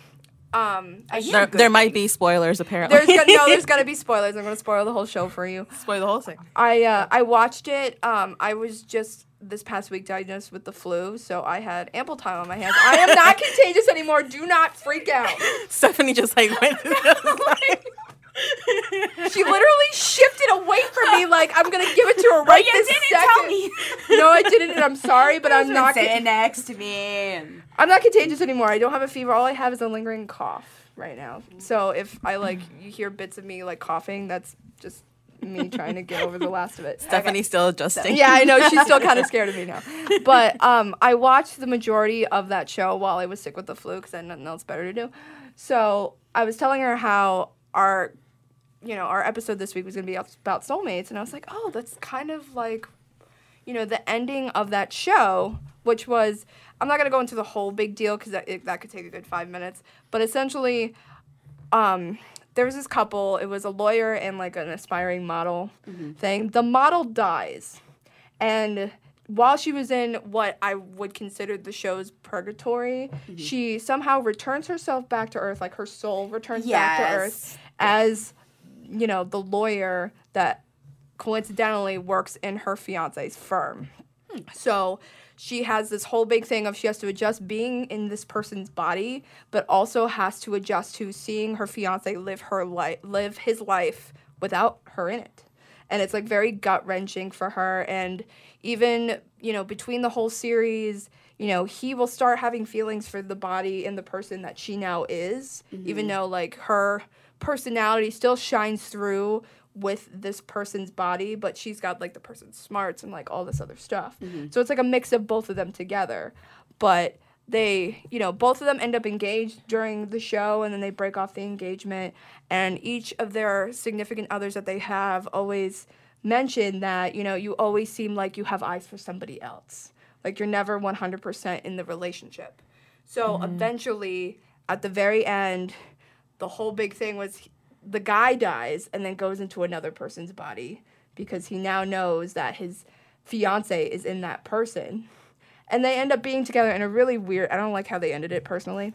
Speaker 2: Um
Speaker 1: There,
Speaker 2: I should-
Speaker 1: there might be spoilers, apparently.
Speaker 2: there's gonna, no there's gonna be spoilers. I'm gonna spoil the whole show for you.
Speaker 1: spoil the whole thing.
Speaker 2: I uh, I watched it. Um, I was just this past week diagnosed with the flu, so I had ample time on my hands. I am not contagious anymore. Do not freak out.
Speaker 1: Stephanie just like went through this.
Speaker 2: She literally shifted away from me, like I'm gonna give it to her right
Speaker 3: you
Speaker 2: this
Speaker 3: didn't
Speaker 2: second.
Speaker 3: tell me.
Speaker 2: No, I didn't, and I'm sorry, but I'm not.
Speaker 3: sitting
Speaker 2: Con-
Speaker 3: next to me. and-
Speaker 2: I'm not contagious anymore. I don't have a fever. All I have is a lingering cough right now. So if I like you hear bits of me like coughing, that's just me trying to get over the last of it.
Speaker 1: Stephanie's still adjusting.
Speaker 2: Yeah, I know. She's still kind of scared of me now. But um, I watched the majority of that show while I was sick with the flu because I had nothing else better to do. So I was telling her how our, you know, our episode this week was going to be about soulmates, and I was like, oh, that's kind of like, you know, the ending of that show which was I'm not gonna go into the whole big deal because that it, that could take a good five minutes. But essentially, um, there was this couple. It was a lawyer and like an aspiring model thing. The model dies, and while she was in what I would consider the show's purgatory, she somehow returns herself back to Earth, like her soul returns back to Earth
Speaker 3: Yes.
Speaker 2: as you know the lawyer that coincidentally works in her fiance's firm. So she has this whole big thing of she has to adjust being in this person's body, but also has to adjust to seeing her fiance live her life, live his life without her in it. And it's like very gut wrenching for her. And even, you know, between the whole series, you know, he will start having feelings for the body and the person that she now is, even though like her personality still shines through with this person's body, but she's got like the person's smarts and like all this other stuff. So it's like a mix of both of them together. But they, you know, both of them end up engaged during the show and then they break off the engagement. And each of their significant others that they have always mention that, you know, you always seem like you have eyes for somebody else. Like you're never 100% in the relationship. So eventually, at the very end, the whole big thing was he- the guy dies and then goes into another person's body because he now knows that his fiance is in that person. And they end up being together in a really weird I don't like how they ended it personally.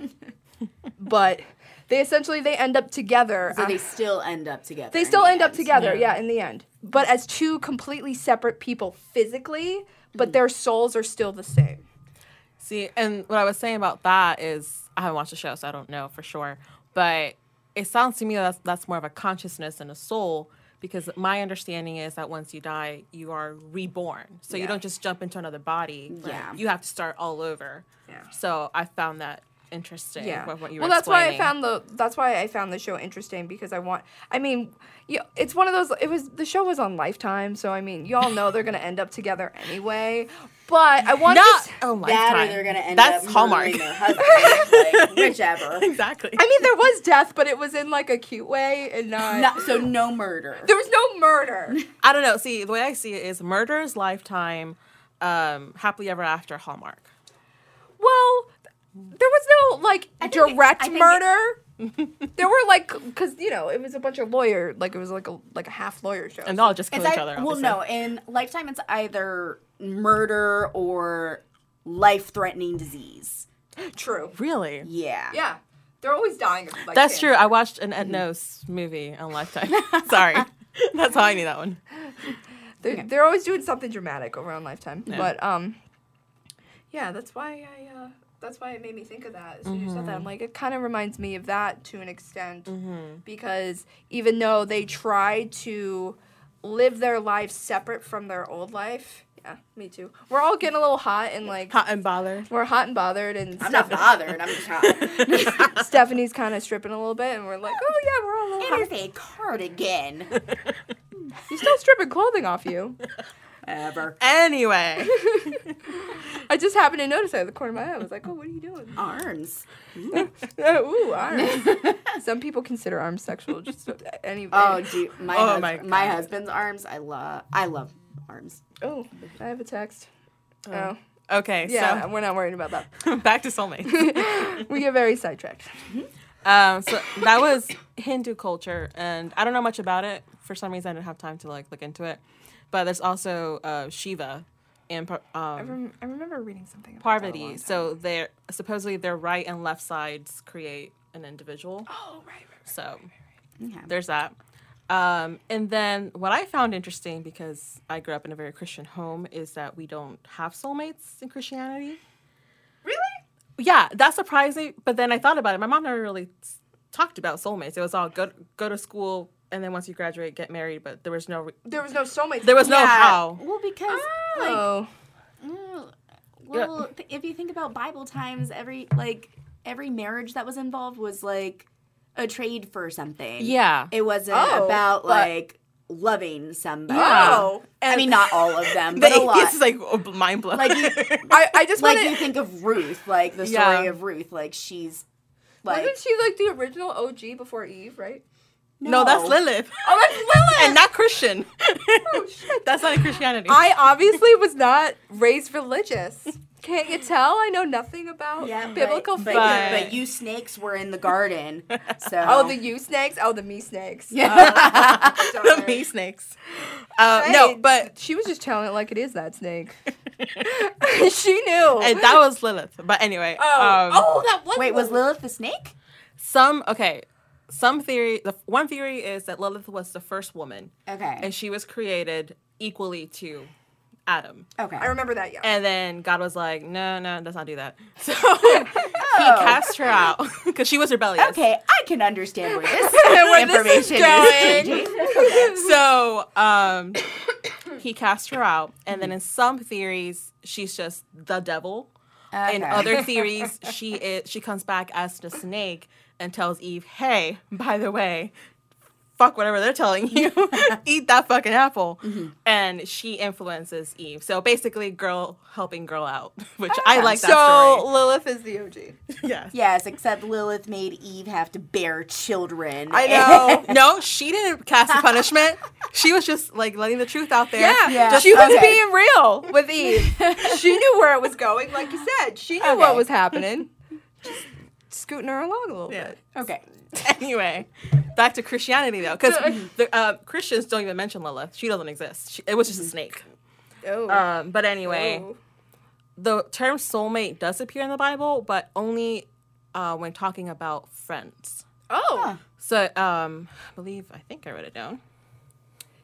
Speaker 2: but they essentially they end up together.
Speaker 3: So they
Speaker 2: af-
Speaker 3: Ah. still end up together.
Speaker 2: they
Speaker 3: in
Speaker 2: still
Speaker 3: the
Speaker 2: end up
Speaker 3: end.
Speaker 2: together, yeah. in the end. But as two completely separate people physically,
Speaker 3: Mm.
Speaker 2: but their souls are still the same.
Speaker 1: See, and what I was saying about that is I haven't watched the show, so I don't know for sure. But it sounds to me that's that's more of a consciousness and a soul because my understanding is that once you die, you are reborn. So you
Speaker 3: Yeah.
Speaker 1: don't just jump into another body.
Speaker 3: Yeah.
Speaker 1: You have to start all over.
Speaker 3: Yeah.
Speaker 1: So I found that interesting. What, what you
Speaker 2: well,
Speaker 1: were
Speaker 2: that's why I
Speaker 1: explaining.
Speaker 2: found the that's why I found the show interesting because I want. I mean, you, it's one of those. It was the show was on Lifetime, so I mean, y'all know they're gonna end up together anyway. But I want.
Speaker 1: not
Speaker 2: to,
Speaker 1: oh my
Speaker 3: That
Speaker 1: god.
Speaker 3: or they're gonna end
Speaker 1: that's
Speaker 3: up
Speaker 1: Hallmark.
Speaker 3: murdering their husband, like, whichever.
Speaker 1: exactly.
Speaker 2: I mean, there was death, but it was in like a cute way and not.
Speaker 3: No, so no murder.
Speaker 2: there was no murder.
Speaker 1: I don't know. See, the way I see it is murder's lifetime, um, happily ever after Hallmark.
Speaker 2: Well, there was no like
Speaker 3: think it- I
Speaker 2: direct
Speaker 3: think it-
Speaker 2: murder. there were like, cause you know, it was a bunch of lawyer, like it was like a like a half lawyer show.
Speaker 1: And they'll just kill
Speaker 3: It's
Speaker 1: each
Speaker 3: ei-
Speaker 1: other.
Speaker 3: Well,
Speaker 1: obviously.
Speaker 3: no, in Lifetime, it's either murder or life-threatening disease.
Speaker 2: true.
Speaker 1: Really?
Speaker 3: Yeah.
Speaker 2: Yeah, they're always dying. of, Like,
Speaker 1: That's
Speaker 2: things.
Speaker 1: true. I watched an Ed Nose movie on Lifetime. Sorry. That's how I knew that one.
Speaker 2: They're, they're always doing something dramatic over on Lifetime. But um, yeah, that's why I uh, that's why it made me think of that. As soon as you said that, I'm
Speaker 3: Mm-hmm.
Speaker 2: like, it kind of reminds me of that to an extent because even though they try to live their life separate from their old life, yeah, me too. We're all getting a little hot and like.
Speaker 1: Hot and bothered.
Speaker 2: We're hot and bothered, and
Speaker 3: I'm not bothered. I'm just hot.
Speaker 2: Steph- Stephanie's kind of stripping a little bit, and we're like, "Oh yeah, we're all a little hot."
Speaker 3: Here's a cardigan.
Speaker 2: You're still stripping clothing off you.
Speaker 3: Ever.
Speaker 1: Anyway.
Speaker 2: I just happened to notice that at the corner of my eye. I was like, "Oh, what are you doing?"
Speaker 3: Arms.
Speaker 2: Uh, ooh, arms. Some people consider arms sexual. Just anyway.
Speaker 3: Oh, dude, my
Speaker 1: Oh
Speaker 3: hus-
Speaker 1: my
Speaker 3: my,
Speaker 1: God.
Speaker 3: husband's arms. I love. I love arms.
Speaker 2: oh, I have a text. Oh,
Speaker 1: Okay,
Speaker 2: yeah, we're not worried about that.
Speaker 1: so back to soulmates.
Speaker 2: We get very sidetracked.
Speaker 1: Um, so that was Hindu culture, and I don't know much about it. For some reason, I didn't have time to like look into it. But there's also uh, Shiva and Par- um,
Speaker 2: Rem- I remember reading something. About
Speaker 1: Parvati. So they're supposedly their right and left sides create an individual.
Speaker 2: Oh, right, right.
Speaker 1: So
Speaker 3: Okay.
Speaker 1: there's that. Um, and then what I found interesting because I grew up in a very Christian home is that we don't have soulmates in Christianity.
Speaker 2: Really?
Speaker 1: Yeah, that surprised me. But then I thought about it. My mom never really s- talked about soulmates. It was all go go to school and then once you graduate, get married. But there was no re-
Speaker 2: There was no soulmate.
Speaker 1: there was no
Speaker 3: Yeah,
Speaker 1: how.
Speaker 3: Well, because like
Speaker 2: Oh.
Speaker 3: Mm, Well, th- if you think about Bible times, every like every marriage that was involved was like a trade for something.
Speaker 1: Yeah.
Speaker 3: it wasn't
Speaker 2: Oh,
Speaker 3: about
Speaker 2: but-
Speaker 3: like loving somebody.
Speaker 1: Yeah.
Speaker 2: Oh.
Speaker 3: I mean, not all of them,
Speaker 1: The
Speaker 3: but a lot.
Speaker 1: atheist is like oh, mind blowing.
Speaker 3: Like you,
Speaker 2: I, I just
Speaker 3: like
Speaker 2: wanted.
Speaker 3: you think of Ruth, like the story
Speaker 1: Yeah.
Speaker 3: of Ruth, like she's like
Speaker 2: wasn't she like the original OG before Eve, right?
Speaker 1: no, that's
Speaker 3: no.
Speaker 1: Lilith.
Speaker 2: Oh, that's Lilith.
Speaker 1: and not Christian. that's not in Christianity.
Speaker 2: I obviously was not raised religious Can't you tell? I know nothing about
Speaker 3: Yeah,
Speaker 2: biblical
Speaker 3: but,
Speaker 2: faith.
Speaker 1: But-
Speaker 3: But, but you snakes were in the garden, so Oh,
Speaker 2: oh, the oh. you snakes. Oh, the me snakes.
Speaker 3: yeah.
Speaker 1: the bee snakes. Uh, No,
Speaker 2: Right.
Speaker 1: but
Speaker 2: she was just telling it like it is that snake.
Speaker 1: Uh,
Speaker 2: she knew.
Speaker 1: and Eh, that was Lilith. But anyway,
Speaker 2: oh,
Speaker 1: um,
Speaker 2: oh, that was.
Speaker 3: Wait, was Lilith the snake?
Speaker 1: some okay. Some theory. The one theory is that Lilith was the first woman,
Speaker 3: Okay.
Speaker 1: and she was created equally to Adam.
Speaker 3: Okay.
Speaker 2: I remember that. Yeah.
Speaker 1: And then God was like, "No, no, let's not do that." So he
Speaker 2: Oh.
Speaker 1: cast her out because she was rebellious.
Speaker 3: Okay, I can understand where this
Speaker 2: Where this is
Speaker 3: information
Speaker 2: going.
Speaker 3: is.
Speaker 1: so um he cast her out and then in some theories she's just the devil in
Speaker 3: Okay.
Speaker 1: other theories she is she comes back as the snake and tells eve hey by the way fuck whatever they're telling you eat that fucking apple and she influences eve so basically girl helping girl out which i like that
Speaker 2: Ah, so
Speaker 1: story
Speaker 2: Lilith is the OG.
Speaker 1: yes
Speaker 3: Yes, except Lilith made Eve have to bear children.
Speaker 2: I know.
Speaker 1: no she didn't cast a punishment she was just like letting the truth out there
Speaker 2: Yeah,
Speaker 3: Yeah.
Speaker 2: she was
Speaker 3: Okay.
Speaker 2: being real with Eve. she knew where it was going, like you said. She knew what
Speaker 3: Okay.
Speaker 2: was happening. Just scooting her along a little
Speaker 1: Yeah.
Speaker 2: bit.
Speaker 3: okay.
Speaker 1: anyway, back to Christianity though, because the uh, Christians don't even mention Lilith. She doesn't exist. She, it was just a snake.
Speaker 2: Oh.
Speaker 1: Um, but anyway,
Speaker 2: Oh.
Speaker 1: the term soulmate does appear in the Bible, but only uh, when talking about friends.
Speaker 2: Oh.
Speaker 1: So um, I believe I think I wrote it down.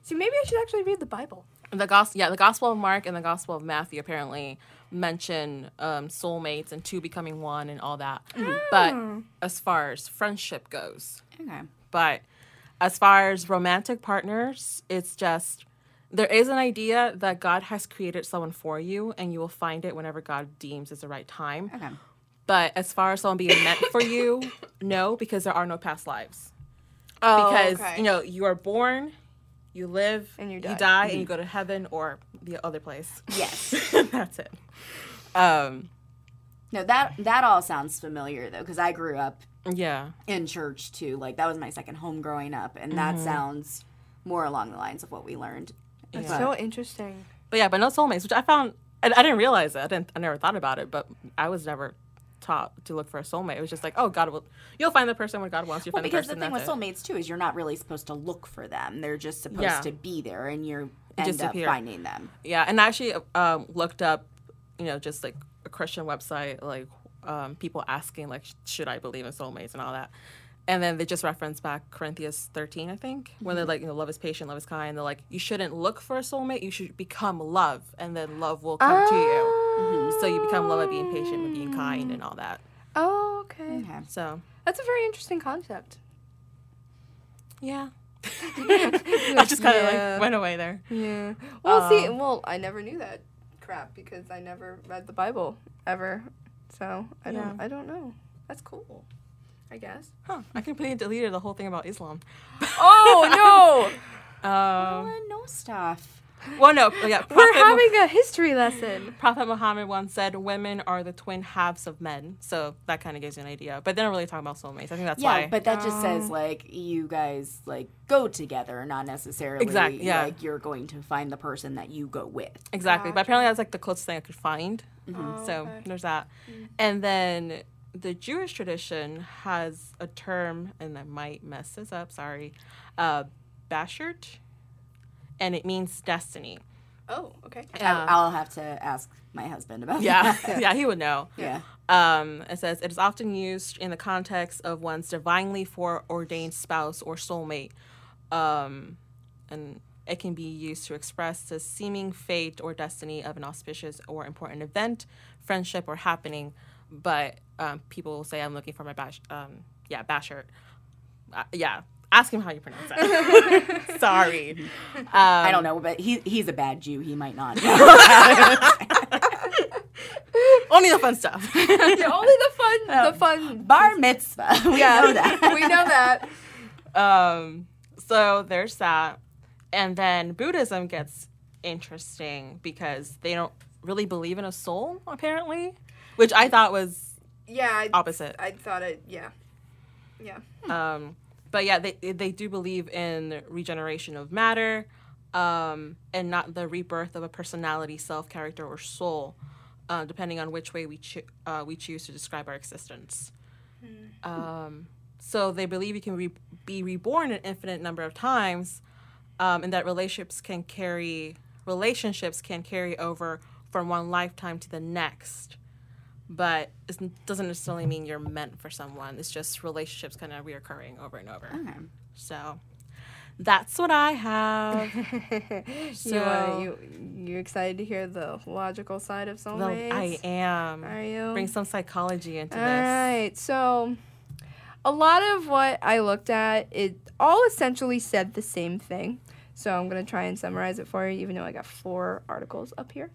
Speaker 2: See, maybe I should actually read the Bible.
Speaker 1: The gospel, yeah, the Gospel of Mark and the Gospel of Matthew apparently mention um, soulmates and two becoming one and all that. But as far as friendship goes,
Speaker 3: Okay.
Speaker 1: But as far as romantic partners, it's just there is an idea that God has created someone for you and you will find it whenever God deems is the right time.
Speaker 3: Okay.
Speaker 1: But as far as someone being meant for you, no, because there are no past lives.
Speaker 2: Oh,
Speaker 1: Because
Speaker 2: okay.
Speaker 1: you know, you are born, you live,
Speaker 2: And Mm-hmm. you die.
Speaker 1: you and you go to heaven or the other place.
Speaker 3: Yes.
Speaker 1: That's it. Um
Speaker 3: No, that that all sounds familiar though, because I grew up
Speaker 1: yeah.
Speaker 3: in church too. Like that was my second home growing up, and that
Speaker 2: Mm-hmm.
Speaker 3: sounds more along the lines of what we learned.
Speaker 2: That's
Speaker 3: But-
Speaker 2: so interesting.
Speaker 1: But yeah, but no soulmates, which I found, and I didn't realize it. I didn't, I never thought about it, but I was never taught to look for a soulmate. It was just like, oh, God will, you'll find the person when God wants you to
Speaker 3: Well,
Speaker 1: find
Speaker 3: because the
Speaker 1: person.
Speaker 3: thing with
Speaker 1: that's it.
Speaker 3: soulmates too is you're not really supposed to look for them; they're just supposed
Speaker 1: Yeah.
Speaker 3: to be there, and you end
Speaker 1: Disappear.
Speaker 3: up finding them.
Speaker 1: Yeah, and I actually um, looked up, you know, just like a Christian website, like um, people asking, like, sh- should I believe in soulmates and all that. And then they just reference back Corinthians 13, I think, when
Speaker 3: Mm-hmm.
Speaker 1: they're like, you know, love is patient, love is kind. They're like, you shouldn't look for a soulmate, you should become love, and then love will come to you.
Speaker 3: Ah.
Speaker 1: Mm-hmm. So you become love by being patient and being kind Mm-hmm. and all that.
Speaker 2: Oh, okay.
Speaker 3: Okay.
Speaker 1: So
Speaker 2: That's a very interesting concept.
Speaker 1: Yeah. I just kind of
Speaker 2: Yeah.
Speaker 1: like went away there.
Speaker 2: Yeah. Well, see, well, I never knew that crap because I never read the Bible ever. So I don't, I don't know. That's cool. I guess.
Speaker 1: Huh. I completely deleted the whole thing about Islam.
Speaker 2: Oh no!
Speaker 1: Um,
Speaker 3: no stuff.
Speaker 1: well, no. Yeah,
Speaker 2: We're
Speaker 1: Prophet, Mu-
Speaker 2: having a history lesson.
Speaker 1: Prophet Muhammad once said women are the twin halves of men. So that kind of gives you an idea. But they don't really talk about soulmates. I think that's
Speaker 3: Yeah,
Speaker 1: why.
Speaker 3: but that just says like you guys like go together, not necessarily
Speaker 1: Exact- yeah.
Speaker 3: like you're going to find the person that you go with.
Speaker 1: exactly. But apparently that's like the closest thing I could find. Mm-hmm. so there's that. And then the Jewish tradition has a term, and I might mess this up, sorry, uh, bashert. And it means destiny.
Speaker 2: Oh, okay.
Speaker 1: Yeah.
Speaker 3: I'll have to ask my husband about
Speaker 1: Yeah,
Speaker 3: that.
Speaker 1: yeah, he would know.
Speaker 3: Yeah.
Speaker 1: Um, it says it is often used in the context of one's divinely foreordained spouse or soulmate, um, and it can be used to express the seeming fate or destiny of an auspicious or important event, friendship, or happening. But um, people will say, "I'm looking for my bash." Um, yeah, bashert. Uh, yeah, ask him how you pronounce that. Sorry.
Speaker 3: I don't know, but he he's a bad Jew. He might not.
Speaker 1: Only the fun stuff.
Speaker 2: Yeah, only the fun, the fun.
Speaker 3: Bar mitzvah. We
Speaker 2: Oh. Yeah,
Speaker 3: know that.
Speaker 2: we know that.
Speaker 1: Um, so there's that. And then Buddhism gets interesting because they don't really believe in a soul, apparently, which I thought was
Speaker 2: Yeah. I,
Speaker 1: opposite.
Speaker 2: I thought it. Yeah. Yeah.
Speaker 1: Um, but yeah, they, they do believe in regeneration of matter um, and not the rebirth of a personality, self, character, or soul. uh, depending on which way we cho- uh, we choose to describe our existence. Um, so they believe you can re- be reborn an infinite number of times, um, and that relationships can carry relationships can carry over from one lifetime to the next. But it doesn't necessarily mean you're meant for someone. It's just relationships kind of reoccurring over and over. So that's what I have.
Speaker 2: you, uh,
Speaker 1: So-
Speaker 2: you you excited to hear the logical side of
Speaker 1: Well,
Speaker 2: soulmates?
Speaker 1: I Uh, am.
Speaker 2: Are you?
Speaker 1: Bring some psychology into
Speaker 2: All
Speaker 1: this.
Speaker 2: right. So, a lot of what I looked at, it all essentially said the same thing. So I'm gonna try and summarize it for you, even though I got four articles up here.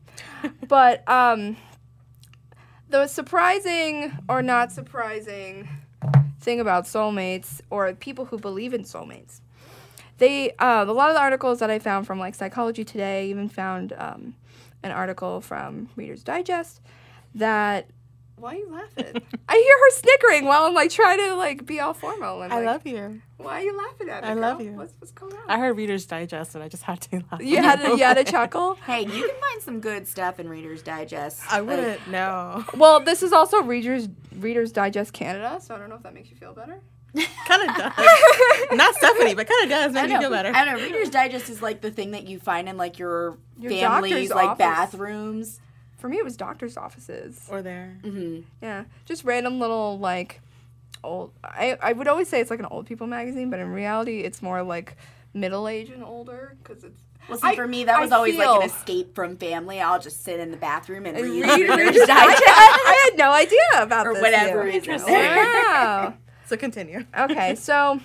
Speaker 2: but um, the surprising or not surprising thing about soulmates or people who believe in soulmates, they uh, a lot of the articles that I found from like Psychology Today, even found um, an article from Reader's Digest that why are you laughing? I hear her snickering while I'm like trying to like be all formal. I'm like,
Speaker 1: you.
Speaker 2: Why are you laughing at me?
Speaker 1: I love
Speaker 2: girl?
Speaker 1: you.
Speaker 2: What's, what's going on?
Speaker 1: I heard Reader's Digest and I just had to laugh.
Speaker 2: you had a, you had a chuckle.
Speaker 3: Hey, you can find some good stuff in Reader's Digest.
Speaker 1: I
Speaker 3: Like,
Speaker 1: wouldn't know.
Speaker 2: Well, this is also Readers Readers Digest Canada, so I don't know if that makes you feel better.
Speaker 1: kind of does. Not Stephanie, but kind of does
Speaker 3: I
Speaker 1: make me
Speaker 3: know.
Speaker 1: feel better.
Speaker 3: I know. Reader's Digest is like the thing that you find in like your,
Speaker 2: Your doctor's
Speaker 3: family's like
Speaker 2: office.
Speaker 3: bathrooms.
Speaker 2: For me, it was doctors' offices.
Speaker 1: Or there.
Speaker 3: Mm-hmm.
Speaker 2: Yeah, just random little like old. I I would always say it's like an old people magazine, but in reality, it's more like middle age and older because it's.
Speaker 3: Well, see,
Speaker 2: I-
Speaker 3: for me, that
Speaker 2: I
Speaker 3: was always like an
Speaker 2: feel-
Speaker 3: escape from family. I'll just sit in the bathroom and read
Speaker 2: Read-
Speaker 3: Reader's
Speaker 2: I,
Speaker 3: Digest
Speaker 2: I had no idea about
Speaker 3: or
Speaker 2: this,
Speaker 3: whatever
Speaker 2: yeah.
Speaker 3: is in there.
Speaker 2: Wow.
Speaker 1: So continue.
Speaker 2: okay, so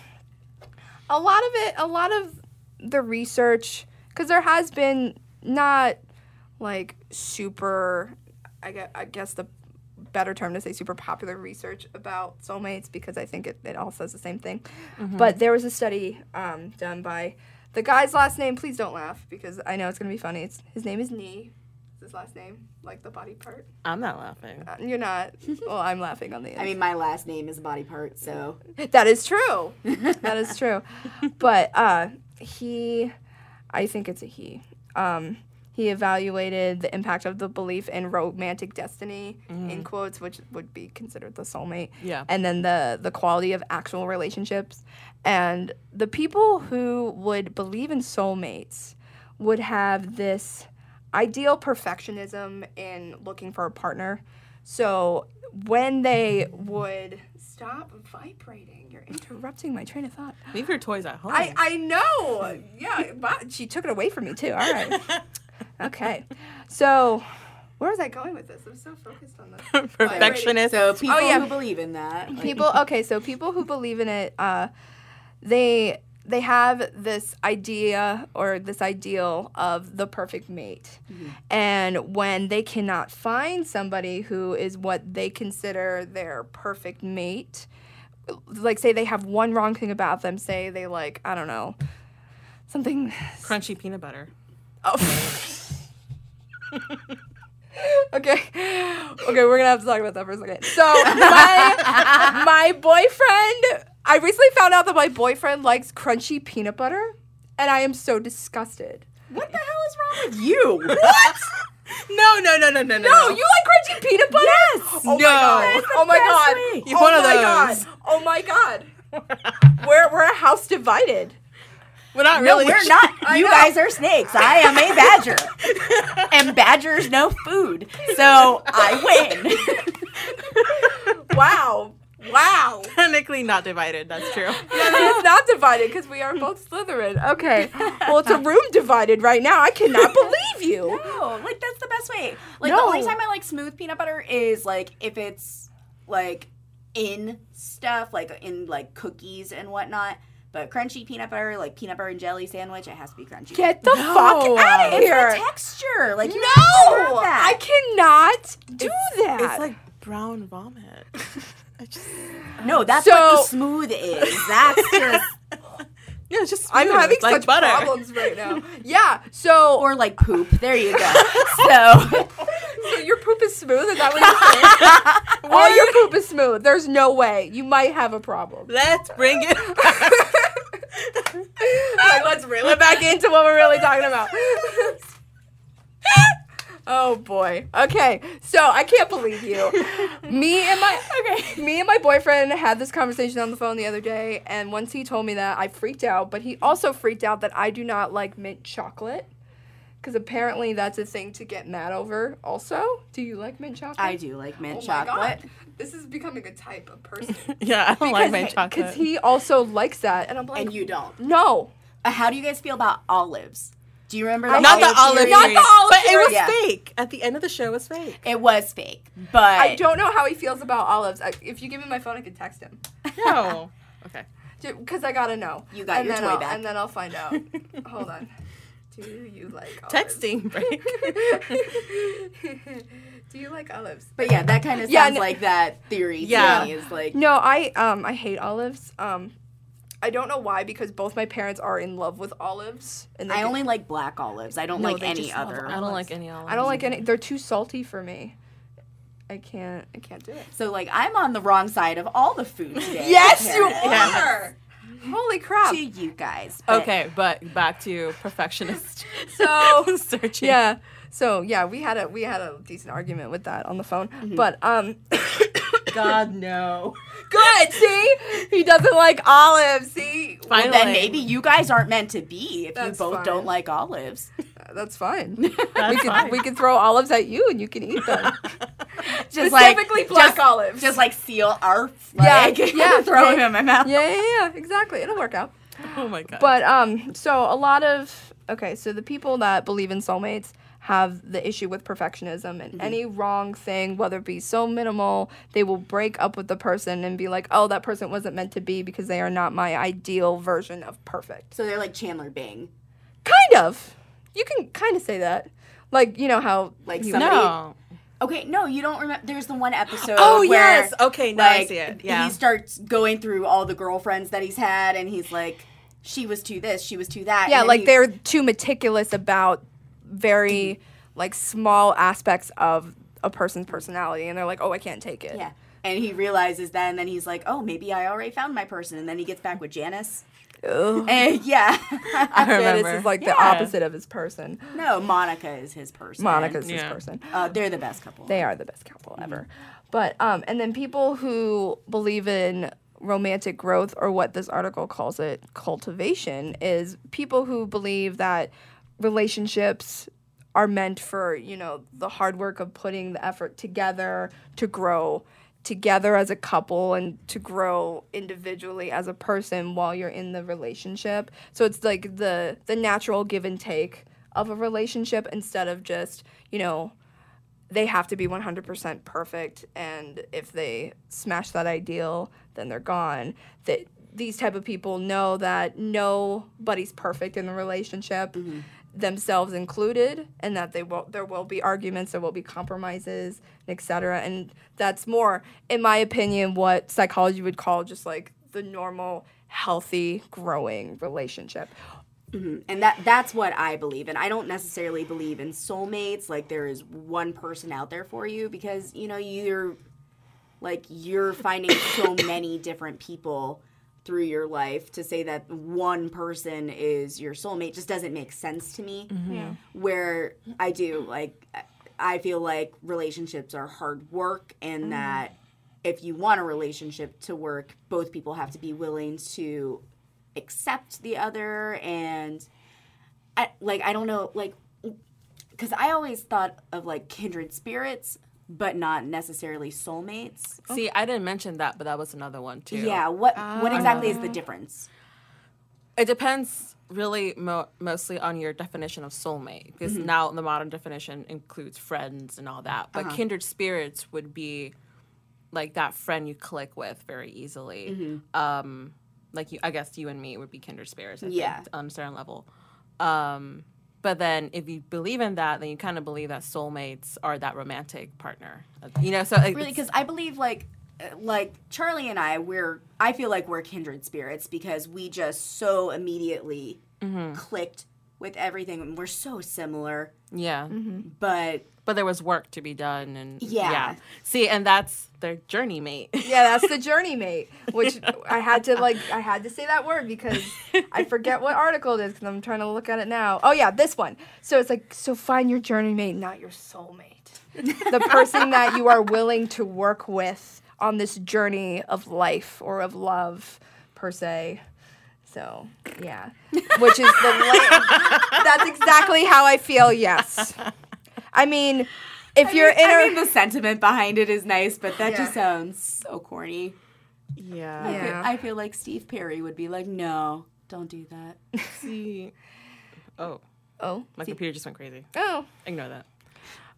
Speaker 2: a lot of it, a lot of the research, because there has been not like super, I guess, I guess the better term to say super popular research about soulmates because I think it, it all says the same thing. But there was a study um, done by the guy's last name, please don't laugh because I know it's going to be funny. It's, his name is Nee. It's His last name, like the body part.
Speaker 1: I'm not laughing.
Speaker 2: Uh, You're not. Well, I'm laughing on the.
Speaker 3: I mean, my last name is a body part, so
Speaker 2: That is true. that is true. But uh, he, I think it's a he. Um, he evaluated the impact of the belief in romantic destiny, in quotes, which would be considered the soulmate.
Speaker 1: Yeah.
Speaker 2: And then the the quality of actual relationships, and the people who would believe in soulmates would have this ideal perfectionism in looking for a partner. So when they would stop vibrating, you're interrupting my train of thought.
Speaker 1: Leave your toys at home.
Speaker 2: I, I know. Yeah, but she took it away from me too. All right. Okay. So where was I going with this? I'm so focused on this.
Speaker 1: Perfectionist.
Speaker 3: so people
Speaker 2: Oh, yeah.
Speaker 3: who believe in that, like,
Speaker 2: people okay so people who believe in it uh, they they have this idea or this ideal of the perfect mate and when they cannot find somebody who is what they consider their perfect mate like say they have one wrong thing about them say they like i don't know something
Speaker 1: Crunchy peanut butter.
Speaker 2: Oh. okay okay we're gonna have to talk about that for a second so my, my boyfriend i recently found out that my boyfriend likes crunchy peanut butter and i am so disgusted
Speaker 3: what the hell is wrong with you?
Speaker 1: What? no, no, no, no, no, no.
Speaker 2: no you like crunchy peanut butter yes
Speaker 1: No.
Speaker 2: oh my god oh my
Speaker 3: best
Speaker 2: god
Speaker 3: way.
Speaker 1: You're
Speaker 2: oh
Speaker 1: one of
Speaker 2: my
Speaker 1: those.
Speaker 2: god oh my god we're, we're a house divided
Speaker 1: We're not
Speaker 3: No,
Speaker 1: really.
Speaker 3: we're not.
Speaker 2: I
Speaker 3: you
Speaker 2: know.
Speaker 3: guys are snakes. I am a badger, and badgers know food, so I win.
Speaker 2: wow wow
Speaker 1: Technically not divided. That's true.
Speaker 2: it's not divided because we are both Slytherin. Okay. Well, it's a room divided right now. I cannot believe you.
Speaker 3: No, Oh, like that's the best way. Like the
Speaker 2: No.
Speaker 3: only time I like smooth peanut butter is like if it's like in stuff, like in like cookies and whatnot. But crunchy peanut butter, like peanut butter and jelly sandwich, it has to be crunchy.
Speaker 2: Get the
Speaker 1: No.
Speaker 2: fuck out of
Speaker 3: it's
Speaker 2: here.
Speaker 3: the texture. Like you
Speaker 2: no,
Speaker 3: have to have that.
Speaker 2: I cannot do that.
Speaker 1: It's like brown vomit. I just.
Speaker 3: no, that's what the
Speaker 2: So-
Speaker 3: smooth is. That's just
Speaker 1: Yeah, it's just.
Speaker 2: I'm
Speaker 1: smooth,
Speaker 2: having
Speaker 1: like
Speaker 2: such
Speaker 1: butter.
Speaker 2: problems right now. Yeah. So,
Speaker 3: or like poop. There you go. So
Speaker 2: so your poop is smooth. Is that what you're saying? All your poop is smooth. There's no way you might have a problem.
Speaker 1: Let's bring it. back.
Speaker 2: like, let's reel it back into what we're really talking about. Oh boy. Okay. So I can't believe you. me and my okay. Me and my boyfriend had this conversation on the phone the other day, and once he told me that, I freaked out. But he also freaked out that I do not like mint chocolate, because apparently that's a thing to get mad over. Also, do you like mint chocolate?
Speaker 3: I do like mint
Speaker 2: Oh
Speaker 3: chocolate.
Speaker 2: my god. This is becoming a type of person.
Speaker 1: Yeah, I don't like mint chocolate.
Speaker 2: Because he also likes that, and I'm like,
Speaker 3: And you don't.
Speaker 2: no.
Speaker 3: Uh, How do you guys feel about olives? Do you remember the
Speaker 1: not the
Speaker 3: olive
Speaker 1: olive,
Speaker 3: theory?
Speaker 2: Not the
Speaker 1: trees,
Speaker 2: olive
Speaker 1: but it
Speaker 2: trees.
Speaker 1: was
Speaker 3: Yeah.
Speaker 1: fake. At the end of the show, it was fake.
Speaker 3: It was fake, but
Speaker 2: I don't know how he feels about olives. I, if you give me my phone, I can text him.
Speaker 1: No. okay.
Speaker 2: Because I gotta know.
Speaker 3: You got
Speaker 2: and
Speaker 3: your
Speaker 2: then
Speaker 3: toy
Speaker 2: I'll-
Speaker 3: back.
Speaker 2: And then I'll find out. Hold on. Do you like olives?
Speaker 1: Texting break.
Speaker 2: Do you like olives?
Speaker 3: But yeah, that kind of
Speaker 2: Yeah,
Speaker 3: sounds
Speaker 2: no-
Speaker 3: like that theory.
Speaker 1: Yeah.
Speaker 3: to me is like
Speaker 2: No, I um I hate olives. Um, I don't know why because both my parents are in love with olives, and they
Speaker 3: I
Speaker 2: do-
Speaker 3: only like black olives. I don't
Speaker 2: No,
Speaker 3: like
Speaker 2: they
Speaker 3: any
Speaker 2: just love
Speaker 1: I
Speaker 3: other.
Speaker 1: don't like any olives.
Speaker 2: I don't like any. They're too salty for me. I can't. I can't do it.
Speaker 3: So like I'm on the wrong side of all the food today. apparently.
Speaker 1: are!
Speaker 2: Holy crap!
Speaker 3: To you guys. but-
Speaker 1: Okay, but back to perfectionist.
Speaker 2: So
Speaker 1: searching.
Speaker 2: yeah. So yeah, we had a we had a decent argument with that on the phone,
Speaker 3: Mm-hmm.
Speaker 2: but um.
Speaker 3: uh,
Speaker 1: God no.
Speaker 2: Good. See, he doesn't like olives. See,
Speaker 1: Finally.
Speaker 3: Well, then maybe you guys aren't meant to be if
Speaker 2: That's
Speaker 3: you both
Speaker 2: fine.
Speaker 3: don't like olives.
Speaker 2: that's fine. we
Speaker 1: That's
Speaker 2: could
Speaker 1: fine.
Speaker 2: we could throw olives at you and you can eat them.
Speaker 3: Just like- just-
Speaker 2: olives.
Speaker 3: Just like seal our flag.
Speaker 2: Yeah, yeah,
Speaker 3: throw
Speaker 2: right.
Speaker 3: it in my mouth.
Speaker 2: yeah, yeah, yeah. Exactly. It'll work out.
Speaker 1: Oh my god.
Speaker 2: But um, so a lot of okay, so the people that believe in soulmates have the issue with perfectionism
Speaker 3: Mm-hmm.
Speaker 2: and any wrong thing, whether it be so minimal, they will break up with the person and be like, oh, that person wasn't meant to be because they are not my ideal version of perfect.
Speaker 3: So they're like Chandler Bing.
Speaker 2: Kind of. You can kind of say that. Like, you know how.
Speaker 3: Like
Speaker 2: you-
Speaker 3: somebody-
Speaker 1: no.
Speaker 3: Okay, no, you don't remember. There's the one episode.
Speaker 1: Oh
Speaker 3: where,
Speaker 1: yes. Okay, now I
Speaker 3: Like
Speaker 1: see it. Yeah.
Speaker 3: he starts going through all the girlfriends that he's had, and he's like, "She was too this, she was too that."
Speaker 2: Yeah,
Speaker 3: and then
Speaker 2: like
Speaker 3: he-
Speaker 2: they're too meticulous about very, like, small aspects of a person's personality. And they're like, oh, I can't take it.
Speaker 3: Yeah. And he realizes that, and then he's like, "Oh, maybe I already found my person." And then he gets back with Janice.
Speaker 2: Ugh.
Speaker 3: And yeah,
Speaker 1: I remember.
Speaker 2: Janice is like the
Speaker 3: Yeah.
Speaker 2: opposite of his person.
Speaker 3: no, Monica is his person.
Speaker 2: Monica's his
Speaker 1: Yeah.
Speaker 2: person.
Speaker 3: Uh, they're the best couple.
Speaker 2: They are the best couple ever. But, um, and then people who believe in romantic growth, or what this article calls it, cultivation, is people who believe that relationships are meant for, you know, the hard work of putting the effort together to grow together as a couple and to grow individually as a person while you're in the relationship. So it's like the the natural give and take of a relationship instead of just, you know, they have to be 100% perfect and if they smash that ideal then they're gone that these type of people know that nobody's perfect in the relationship themselves included and that they will there will be arguments there will be compromises etc and that's more in my opinion what psychology would call just like the normal healthy growing relationship
Speaker 3: and that that's what I believe in. I don't necessarily believe in soulmates. Like there is one person out there for you because you know you're like you're finding so many different people through your life to say that one person is your soulmate just doesn't make sense to me. Where I do like I feel like relationships are hard work and that if you want a relationship to work, both people have to be willing to accept the other and I, like I don't know like because I always thought of like kindred spirits but not necessarily soulmates.
Speaker 1: see, I didn't mention that, but that was another one too.
Speaker 3: Yeah, what what exactly is the difference?
Speaker 1: It depends really mo- mostly on your definition of soulmate because
Speaker 3: Mm-hmm.
Speaker 1: now the modern definition includes friends and all that.
Speaker 3: Uh-huh.
Speaker 1: But kindred spirits would be like that friend you click with very easily.
Speaker 3: Mm-hmm.
Speaker 1: Um, like you, I guess you and me would be kindred spirits. I
Speaker 3: Yeah.
Speaker 1: think, on a certain level. Um, but then if you believe in that, then you kind of believe that soulmates are that romantic partner. You know, so like,
Speaker 3: Really
Speaker 1: it's-
Speaker 3: because I believe like uh, like Charlie and I we're Mm-hmm. I feel like we're kindred spirits because we just so immediately clicked with everything. And we're so similar,
Speaker 1: Yeah.
Speaker 3: Mm-hmm. but
Speaker 1: But there was work to be done and
Speaker 3: Yeah.
Speaker 1: See, and that's their journey mate.
Speaker 2: Yeah, that's the journey mate, which I had to like I had to say that word because I forget what article it is because I'm trying to look at it now. Oh yeah, this one. So it's like so find your journey mate, not your soulmate. the person that you are willing to work with on this journey of life or of love per se. So, yeah. Which is the la- That's exactly how I feel, yes. I mean, if you're in a
Speaker 3: I mean the sentiment behind it is nice, but that
Speaker 2: Yeah.
Speaker 3: just sounds so corny.
Speaker 1: Yeah.
Speaker 3: I feel-
Speaker 2: Yeah.
Speaker 3: I feel like Steve Perry would be like, "No, don't do that."
Speaker 1: See. Oh,
Speaker 2: Oh.
Speaker 1: my computer just went crazy.
Speaker 2: Oh.
Speaker 1: Ignore that.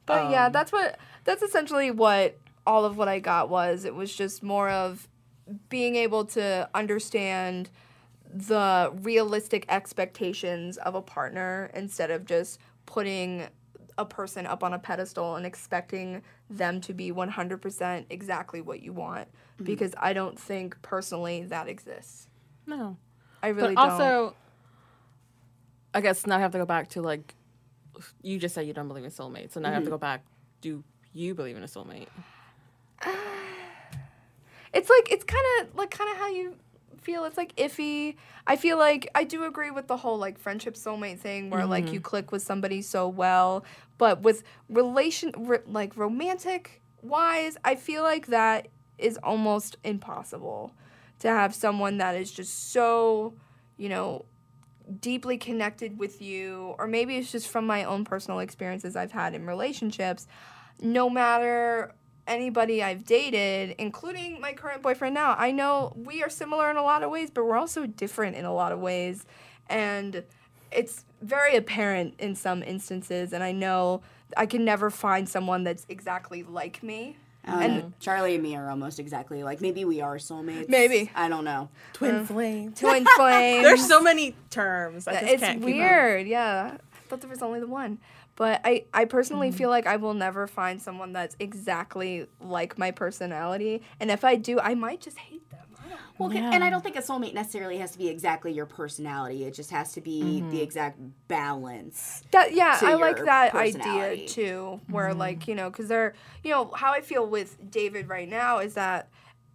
Speaker 2: But
Speaker 1: Um,
Speaker 2: yeah, that's what that's essentially what all of what I got was. It was just more of being able to understand the realistic expectations of a partner instead of just putting a person up on a pedestal and expecting them to be 100% exactly what you want
Speaker 1: Mm-hmm.
Speaker 2: because I don't think personally that exists.
Speaker 1: No.
Speaker 2: I really
Speaker 1: but also,
Speaker 2: don't.
Speaker 1: I guess now I have to go back to like, you just said you don't believe in soulmates, so now I have to go back. Do you believe in a soulmate?
Speaker 2: It's like it's kind of like kind of how you feel. It's like iffy. I feel like I do agree with the whole like friendship soulmate thing, where like you click with somebody so well, but with relation re- like romantic wise, I feel like that is almost impossible to have someone that is just so you know deeply connected with you, or maybe it's just from my own personal experiences I've had in relationships, no matter anybody I've dated, including my current boyfriend now, I know we are similar in a lot of ways, but we're also different in a lot of ways. And it's very apparent in some instances, and I know I can never find someone that's exactly like me.
Speaker 3: and Um, Charlie and me are almost exactly like maybe we are soulmates.
Speaker 2: Maybe.
Speaker 3: I don't know.
Speaker 1: Twin flame.
Speaker 2: Twin flames.
Speaker 1: There's so many terms. I just
Speaker 2: it's
Speaker 1: can't keep up.
Speaker 2: weird yeah I thought there was only the one but i i personally
Speaker 1: Mm-hmm.
Speaker 2: feel like i will never find someone that's exactly like my personality and if i do i might just hate them I don't-
Speaker 3: Well, c- and I don't think a soulmate necessarily has to be exactly your personality. It just has to be the exact balance.
Speaker 2: that yeah
Speaker 3: To
Speaker 2: i like
Speaker 3: your
Speaker 2: that
Speaker 3: personality. Mm-hmm.
Speaker 2: idea too where like you know because they're you know how i feel with david right now is that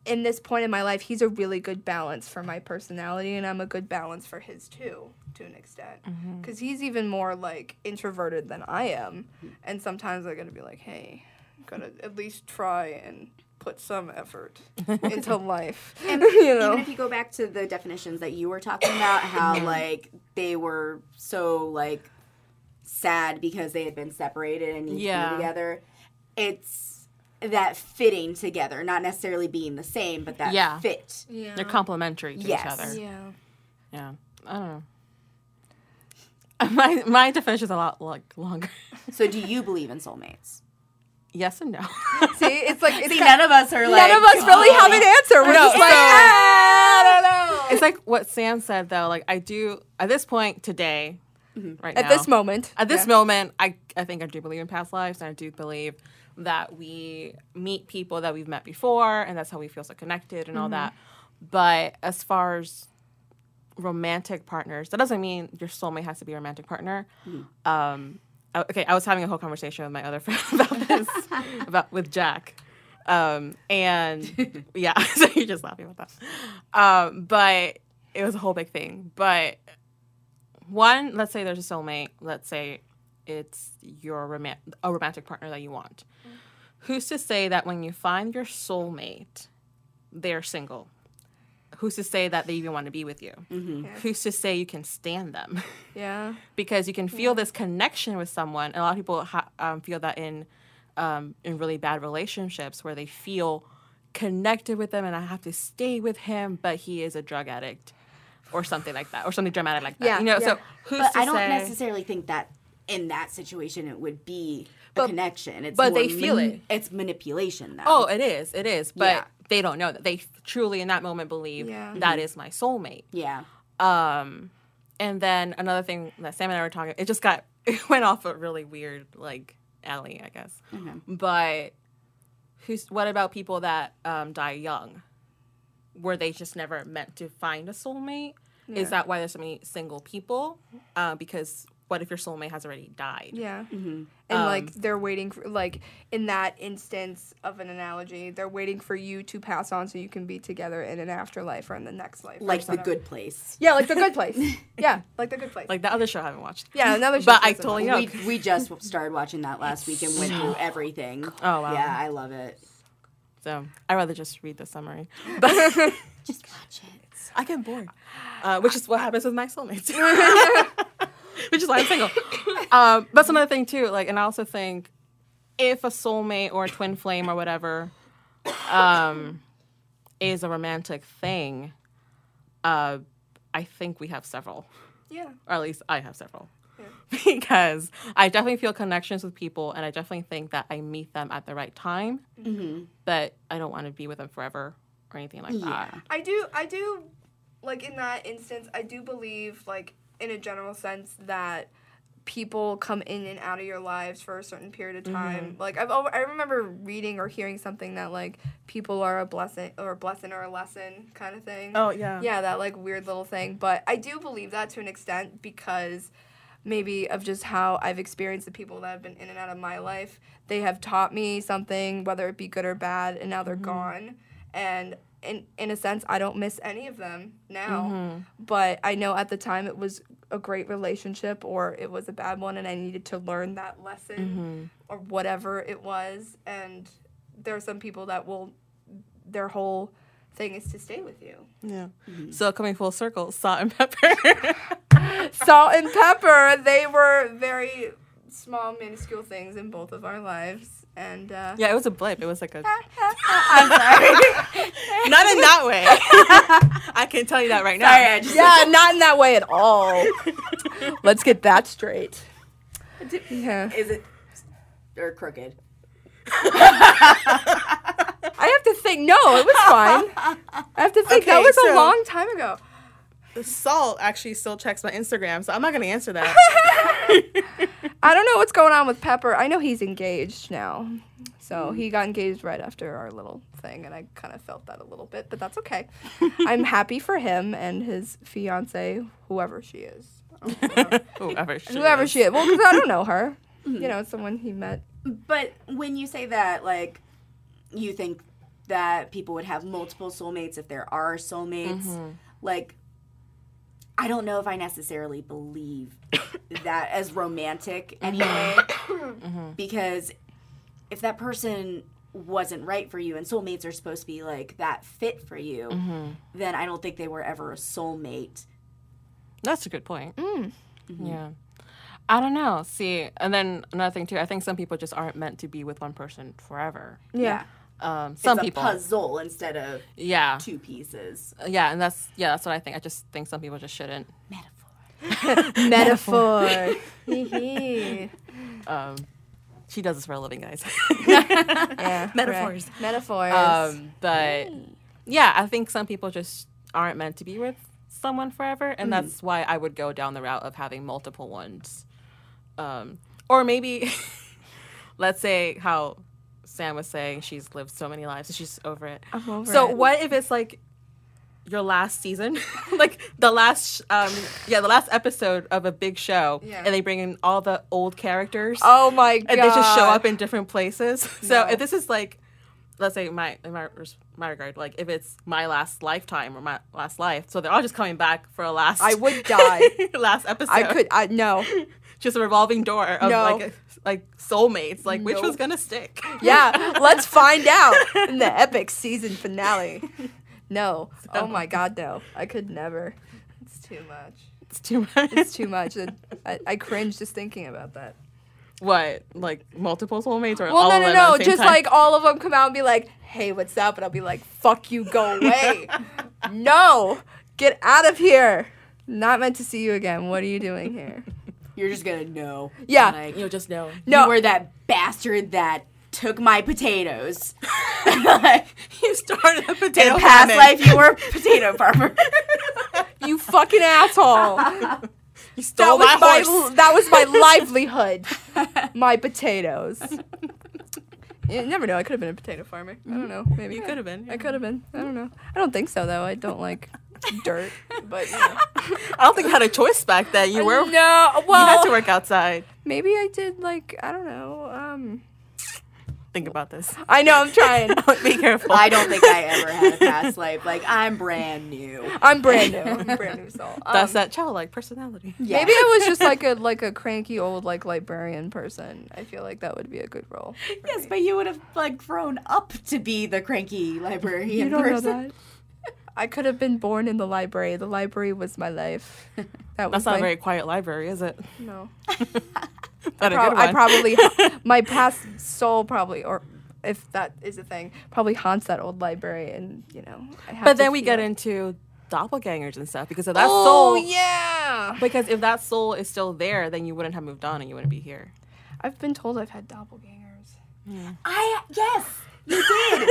Speaker 2: in this point in my life he's a really good balance for my personality and i'm a good balance for his too to an extent
Speaker 3: Mm-hmm.
Speaker 2: because he's even more like introverted than i am
Speaker 3: Mm-hmm.
Speaker 2: and sometimes i gotta be like hey gotta at least try and put some effort into life you know
Speaker 3: Even if you go back to the definitions that you were talking about, how like they were so like sad because they had been separated and needed to
Speaker 1: Yeah.
Speaker 3: be together. It's that fitting together, not necessarily being the same, but that
Speaker 1: Yeah.
Speaker 3: fit.
Speaker 2: yeah
Speaker 1: They're complementary to
Speaker 3: Yes.
Speaker 1: each other.
Speaker 2: yeah
Speaker 1: Yeah. I don't know. My my definition's a lot like longer.
Speaker 3: So, do you believe in soulmates?
Speaker 1: yes and no.
Speaker 2: see it's like it's
Speaker 3: See,
Speaker 2: ki-
Speaker 3: none of us are like
Speaker 2: none of us really have an answer we're
Speaker 1: No,
Speaker 2: just like
Speaker 1: so-
Speaker 2: "Ah, i don't know
Speaker 1: it's like what Sam said though. Like I do at this point today, right
Speaker 2: at
Speaker 1: now,
Speaker 2: this moment.
Speaker 1: At this
Speaker 2: yeah.
Speaker 1: moment, I, I think I do believe in past lives, and I do believe that we meet people that we've met before, and that's how we feel so connected and all that. But as far as romantic partners, that doesn't mean your soulmate has to be a romantic partner. Um, I- okay, I was having a whole conversation with my other friend about this, about with Jack. Um, and yeah, so you're just laughing about that. Um, but it was a whole big thing. But one, let's say there's a soulmate. Let's say it's your roman- a romantic partner that you want. Who's to say that when you find your soulmate, they're single? Who's to say that they even want to be with you? Who's to say you can stand them?
Speaker 2: Yeah.
Speaker 1: because you can feel this connection with someone. And a lot of people ha- um, feel that in um, in really bad relationships where they feel connected with them and I have to stay with him, but he is a drug addict or something like that, or something dramatic like that.
Speaker 2: Yeah,
Speaker 1: you know,
Speaker 2: yeah.
Speaker 1: so who's
Speaker 3: But
Speaker 1: to
Speaker 3: I don't
Speaker 1: say?
Speaker 3: necessarily think that in that situation it would be a connection. It's
Speaker 1: but
Speaker 3: more
Speaker 1: they feel it.
Speaker 3: It's manipulation, though.
Speaker 1: oh, it is, it is, but
Speaker 3: Yeah.
Speaker 1: they don't know that they f- truly in that moment believe
Speaker 2: Yeah.
Speaker 1: that is my soulmate.
Speaker 3: yeah.
Speaker 1: And then another thing that Sam and I were talking, it just got it went off a really weird like alley, I guess. But who's what about people that um, die young? Were they just never meant to find a soulmate? Is that why there's so many single people? Uh, because what if your soulmate has already died?
Speaker 2: Yeah.
Speaker 3: Mm-hmm.
Speaker 2: And
Speaker 3: Um,
Speaker 2: like they're waiting for like in that instance of an analogy, they're waiting for you to pass on so you can be together in an afterlife or in the next life. or
Speaker 3: Like the
Speaker 2: something.
Speaker 3: good place.
Speaker 2: Yeah, like the good place. yeah, like the good place.
Speaker 1: Like that other show I haven't watched.
Speaker 2: yeah, another.
Speaker 1: But
Speaker 2: show
Speaker 1: I
Speaker 2: does it.
Speaker 1: totally know.
Speaker 3: We, we just started watching that last week and went through everything.
Speaker 1: Oh, wow.
Speaker 3: Yeah, I love it.
Speaker 1: So I rather just read the summary. But
Speaker 3: Just watch it.
Speaker 1: I get bored, uh, which is what happens with my soulmates, which is why I'm single. Um, but that's another thing too. Like, and I also think if a soulmate or a twin flame or whatever um, is a romantic thing, uh, I think we have several,
Speaker 2: Yeah.
Speaker 1: or at least I have several. Because I definitely feel connections with people, and I definitely think that I meet them at the right time, but I don't want to be with them forever or anything like that.
Speaker 2: I do I do like in that instance I do believe like in a general sense that people come in and out of your lives for a certain period of time.
Speaker 3: Mm-hmm.
Speaker 2: Like I've al- I remember reading or hearing something that like people are a blessing or a blessing or a lesson kind of thing.
Speaker 1: yeah,
Speaker 2: Yeah, that like weird little thing, but I do believe that to an extent because maybe of just how I've experienced the people that have been in and out of my life. They have taught me something, whether it be good or bad, and now they're gone. And in in a sense, I don't miss any of them now. But I know at the time it was a great relationship or it was a bad one and I needed to learn that lesson or whatever it was and there are some people that will their whole thing is to stay with you.
Speaker 1: Yeah. So coming full circle, salt and pepper.
Speaker 2: salt and pepper they were very small minuscule things in both of our lives and uh
Speaker 1: yeah, it was a blip. It was like a not
Speaker 2: I'm sorry.
Speaker 1: in that way. I can tell you that right now.
Speaker 3: All right, I just
Speaker 2: yeah, not in that way at all. Let's get that straight. Yeah.
Speaker 3: Is it or crooked?
Speaker 2: I have to think no, it was fine. I have to think that
Speaker 1: Okay,
Speaker 2: was a
Speaker 1: so-
Speaker 2: long time ago.
Speaker 1: The salt actually still checks my Instagram, so I'm not gonna answer that.
Speaker 2: I don't know what's going on with Pepper. I know he's engaged now. So he got engaged right after our little thing, and I kind of felt that a little bit, but that's okay. I'm happy for him and his fiance, whoever she is.
Speaker 1: Whoever. She
Speaker 2: whoever
Speaker 1: is.
Speaker 2: she is. Well, because I don't know her.
Speaker 1: Mm-hmm.
Speaker 2: You know, it's someone he met.
Speaker 3: But when you say that, like, you think that people would have multiple soulmates if there are soulmates. Like, I don't know if I necessarily believe that as romantic anyway, because if that person wasn't right for you and soulmates are supposed to be like that fit for you, then I don't think they were ever a soulmate.
Speaker 1: That's a good point. Mm. Yeah. I don't know. See, and then another thing too. I think some people just aren't meant to be with one person forever.
Speaker 2: Yeah.
Speaker 1: Um, some
Speaker 3: it's
Speaker 1: people.
Speaker 3: a puzzle instead of
Speaker 1: Yeah.
Speaker 3: two pieces.
Speaker 1: Yeah, and that's yeah, that's what I think. I just think some people just shouldn't.
Speaker 3: Metaphor.
Speaker 2: Metaphor. Hee hee.
Speaker 1: Um, she does this for a living, guys.
Speaker 2: yeah.
Speaker 1: Metaphors.
Speaker 2: Right. Metaphors.
Speaker 1: Um, but yeah, I think some people just aren't meant to be with someone forever,
Speaker 2: Mm.
Speaker 1: and that's why I would go down the route of having multiple ones, um, or maybe let's say how Sam was saying she's lived so many lives, and she's over it.
Speaker 2: I'm over
Speaker 1: so
Speaker 2: it.
Speaker 1: what if it's like your last season, like the last, um, yeah, the last episode of a big show,
Speaker 2: Yeah.
Speaker 1: and they bring in all the old characters
Speaker 2: oh my god.
Speaker 1: and they just show up in different places. So
Speaker 2: No.
Speaker 1: if this is like, let's say my in my res- my regard, like if it's my last lifetime or my last life, so they're all just coming back for a last.
Speaker 2: I would die.
Speaker 1: last episode.
Speaker 2: I could. I no.
Speaker 1: just a revolving door of
Speaker 2: No.
Speaker 1: like like soulmates, like which was
Speaker 2: Nope.
Speaker 1: gonna stick.
Speaker 2: Yeah. Let's find out in the epic season finale. No. Oh my god. No. I could never. It's too much.
Speaker 1: It's too much.
Speaker 2: It's too much. I, I, I cringe just thinking about that.
Speaker 1: what like multiple soulmates or
Speaker 2: Well,
Speaker 1: all
Speaker 2: no,
Speaker 1: of
Speaker 2: no,
Speaker 1: them at
Speaker 2: no.
Speaker 1: the same
Speaker 2: Just
Speaker 1: time?
Speaker 2: like all of them come out and be like, "Hey, what's up?" And I'll be like, "Fuck you, go away. no, get out of here. Not meant to see you again. What are you doing here?"
Speaker 3: You're just gonna know.
Speaker 2: Yeah.
Speaker 3: Like,
Speaker 1: you'll just know.
Speaker 2: No.
Speaker 3: you were that bastard that took my potatoes. like,
Speaker 1: you started a
Speaker 3: in
Speaker 1: potato
Speaker 3: a past
Speaker 1: famine.
Speaker 3: life, you were a potato farmer.
Speaker 2: You fucking asshole.
Speaker 1: You
Speaker 2: That
Speaker 1: stole my
Speaker 2: was my,
Speaker 1: horse.
Speaker 2: that was my livelihood. My potatoes. You never know. I could have been a potato farmer. I don't know. Maybe
Speaker 1: you could have been.
Speaker 2: I could have been. I don't know. I don't think so though. I don't like dirt, but you know.
Speaker 1: I don't think you had a choice back then. You were you
Speaker 2: no.
Speaker 1: had to
Speaker 2: Well,
Speaker 1: work outside.
Speaker 2: maybe I did like I don't know. Um,
Speaker 1: Think about this.
Speaker 2: I know I'm trying.
Speaker 1: Be careful.
Speaker 3: I don't think I ever had a past life. Like I'm brand new.
Speaker 2: I'm brand new. I'm brand new soul.
Speaker 1: That's
Speaker 2: Um,
Speaker 1: that childlike personality.
Speaker 3: Yeah.
Speaker 2: Maybe I was just like a like a cranky old like librarian person. I feel like that would be a good role. for
Speaker 3: Yes,
Speaker 2: me.
Speaker 3: but you would have like grown up to be the cranky librarian
Speaker 2: you don't know
Speaker 3: person.
Speaker 2: that. I could have been born in the library. The library was my life. That was
Speaker 1: That's not
Speaker 2: my,
Speaker 1: a very quiet library, is it?
Speaker 2: no.
Speaker 1: Not a
Speaker 2: Prob-
Speaker 1: good
Speaker 2: I
Speaker 1: one.
Speaker 2: probably my past soul probably or if that is a thing probably haunts that old library and you know. I have
Speaker 1: But
Speaker 2: to
Speaker 1: then we
Speaker 2: feel-
Speaker 1: get into doppelgangers and stuff because if that
Speaker 2: Oh
Speaker 1: soul,
Speaker 2: yeah.
Speaker 1: because if that soul is still there, then you wouldn't have moved on and you wouldn't be here.
Speaker 2: I've been told I've had doppelgangers.
Speaker 3: I yes, you did.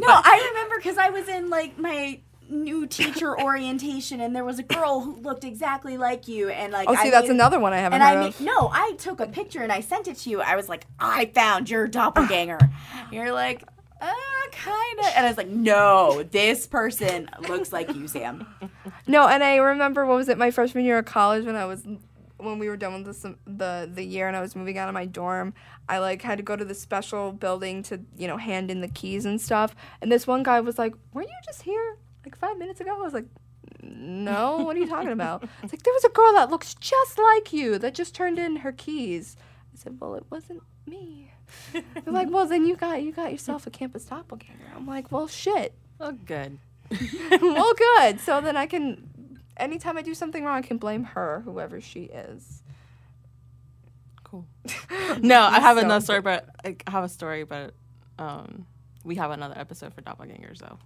Speaker 3: no, I remember because I was in like my new teacher orientation, and there was a girl who looked exactly like you, and like
Speaker 2: Oh,
Speaker 3: I
Speaker 2: see, that's
Speaker 3: made-
Speaker 2: another one I haven't
Speaker 3: And I
Speaker 2: heard
Speaker 3: made,
Speaker 2: of.
Speaker 3: no, I took a picture and I sent it to you. I was like, I found your doppelganger. And You're like, uh, kind of. And I was like, no, this person looks like you, Sam.
Speaker 2: No, and I remember what was it my freshman year of college when I was when we were done with the sem- the the year and I was moving out of my dorm. I like had to go to the special building to you know hand in the keys and stuff. And this one guy was like, "Were you just here like five minutes ago?" I was like. No, what are you talking about? It's like there was a girl that looks just like you that just turned in her keys. I said, "Well, it wasn't me." They're like, "Well, then you got you got yourself a campus doppelganger." I'm like, "Well, shit."
Speaker 1: Oh, good.
Speaker 2: well, good. So then I can, anytime I do something wrong, I can blame her, whoever she is.
Speaker 1: Cool. No, I have
Speaker 2: So-
Speaker 1: another story, but I have a story, but um, we have another episode for doppelgangers though.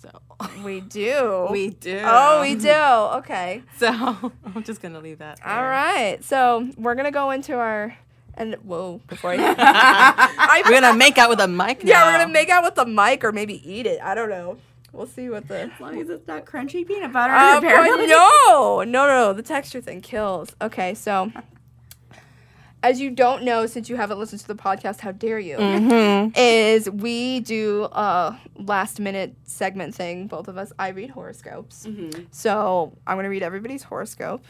Speaker 1: So
Speaker 2: We do.
Speaker 1: we do.
Speaker 2: Oh, we do. Okay.
Speaker 1: So I'm just gonna leave that.
Speaker 2: All
Speaker 1: there.
Speaker 2: right. So we're gonna go into our and whoa before I. I-
Speaker 1: We're gonna make out with a mic.
Speaker 2: yeah, we're
Speaker 1: now.
Speaker 2: gonna make out with the mic or maybe eat it. I don't know. We'll see what the.
Speaker 3: As long as it's not crunchy peanut butter.
Speaker 2: Uh, but
Speaker 3: apparently.
Speaker 2: no, no, no. The texture thing kills. Okay, so. As you don't know, since you haven't listened to the podcast, how dare
Speaker 1: Mm.
Speaker 2: you? Mm-hmm. Is we do a last minute segment thing. Both of us, I read horoscopes.
Speaker 3: Mm-hmm.
Speaker 2: So I'm going to read everybody's horoscope.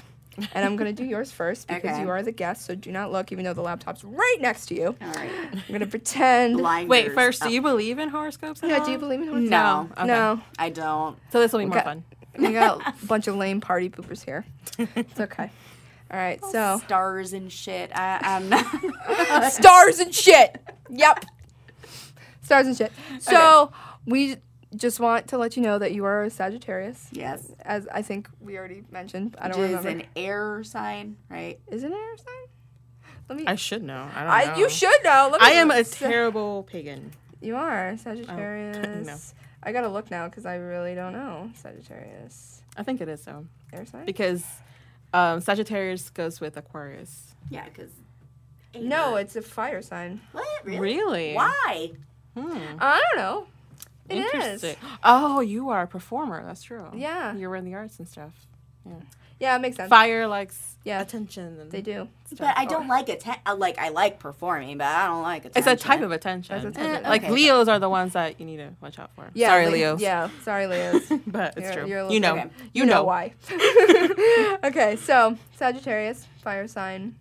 Speaker 2: And I'm going to do yours first because
Speaker 3: Okay.
Speaker 2: you are the guest. So do not look, even though the laptop's right next to you.
Speaker 3: All right.
Speaker 2: I'm going to pretend.
Speaker 3: Blinders. Oh,
Speaker 1: Wait, first, do
Speaker 3: up.
Speaker 1: you believe in horoscopes? At
Speaker 2: Yeah,
Speaker 1: all?
Speaker 2: do you believe in horoscopes?
Speaker 3: No.
Speaker 1: Okay.
Speaker 2: No.
Speaker 3: I don't.
Speaker 1: So this will be more
Speaker 2: Okay.
Speaker 1: fun.
Speaker 2: We got a bunch of lame party poopers here. It's okay. All right,
Speaker 3: Oh,
Speaker 2: so Uh,
Speaker 3: Stars and shit. I, I'm not.
Speaker 2: stars and shit. Yep, stars and shit. So we just want to let you know that you are a Sagittarius,
Speaker 3: yes.
Speaker 2: as I think we already mentioned. I
Speaker 3: Which
Speaker 2: don't
Speaker 3: is
Speaker 2: remember.
Speaker 3: an air sign, right?
Speaker 2: Isn't it our sign? Let me.
Speaker 1: I should know. I don't
Speaker 2: I,
Speaker 1: know.
Speaker 2: you should know. Let me
Speaker 1: I am a
Speaker 2: sa-
Speaker 1: terrible pagan.
Speaker 2: You are
Speaker 1: Oh,
Speaker 2: Sagittarius. I gotta look now because I really don't know Sagittarius.
Speaker 1: I think it is so
Speaker 2: Air sign?
Speaker 1: because um, Sagittarius goes with Aquarius.
Speaker 3: Yeah, because.
Speaker 2: No, it's a fire sign.
Speaker 3: What? Really?
Speaker 1: Really?
Speaker 3: Why?
Speaker 1: Hmm.
Speaker 2: I don't know. It is.
Speaker 1: Interesting. Oh, you are a performer. That's true.
Speaker 2: Yeah.
Speaker 1: you were in the arts and stuff.
Speaker 2: Yeah, it makes sense.
Speaker 1: Fire likes
Speaker 2: Yeah.
Speaker 1: attention. And
Speaker 2: They do.
Speaker 3: But I don't like atten- uh, like I like performing, but I don't like
Speaker 1: It's
Speaker 3: attention.
Speaker 1: a type of attention. Eh,
Speaker 2: That's attention.
Speaker 1: Like
Speaker 3: Okay.
Speaker 1: Leos are the ones that you need to watch out for.
Speaker 2: Yeah,
Speaker 1: Sorry,
Speaker 2: like-
Speaker 1: Leos.
Speaker 2: Yeah, sorry, Leos. You
Speaker 1: but it's
Speaker 2: You're-
Speaker 1: true.
Speaker 2: you're a
Speaker 1: you know.
Speaker 3: little-
Speaker 1: You know.
Speaker 2: why. okay, so Sagittarius, fire sign.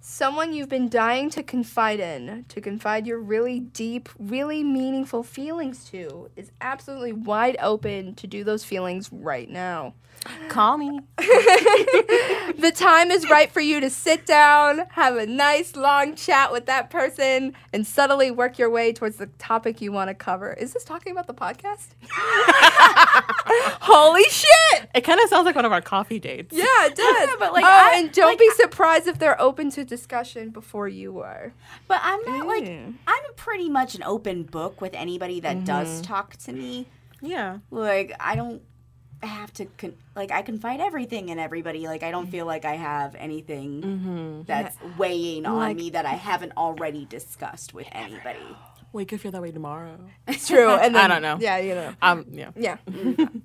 Speaker 2: Someone you've been dying to confide in, to confide your really deep, really meaningful feelings to, is absolutely wide open to do those feelings right now.
Speaker 1: Call me.
Speaker 2: the time is right for you to sit down, have a nice long chat with that person, and subtly work your way towards the topic you want to cover. Is this talking about the podcast? Holy shit!
Speaker 1: It kind of sounds like one of our coffee dates.
Speaker 2: Yeah, it does.
Speaker 3: Yeah, but, like,
Speaker 2: oh,
Speaker 3: I-
Speaker 2: and don't
Speaker 3: like,
Speaker 2: be surprised if they're open to discussion before you are.
Speaker 3: But I'm not like
Speaker 2: Mm.
Speaker 3: I'm pretty much an open book with anybody that
Speaker 1: Mm-hmm.
Speaker 3: does talk to me.
Speaker 1: Yeah.
Speaker 3: Like I don't have to con- like I confide everything in everybody. Like I
Speaker 1: Mm.
Speaker 3: don't feel like I have anything
Speaker 1: Mm-hmm.
Speaker 3: that's weighing on
Speaker 2: Like-
Speaker 3: me that I haven't already discussed with anybody.
Speaker 1: Wake up, feel that way tomorrow.
Speaker 2: It's true. And
Speaker 1: I don't know.
Speaker 2: Yeah, you know.
Speaker 1: Um. Yeah.
Speaker 2: Yeah,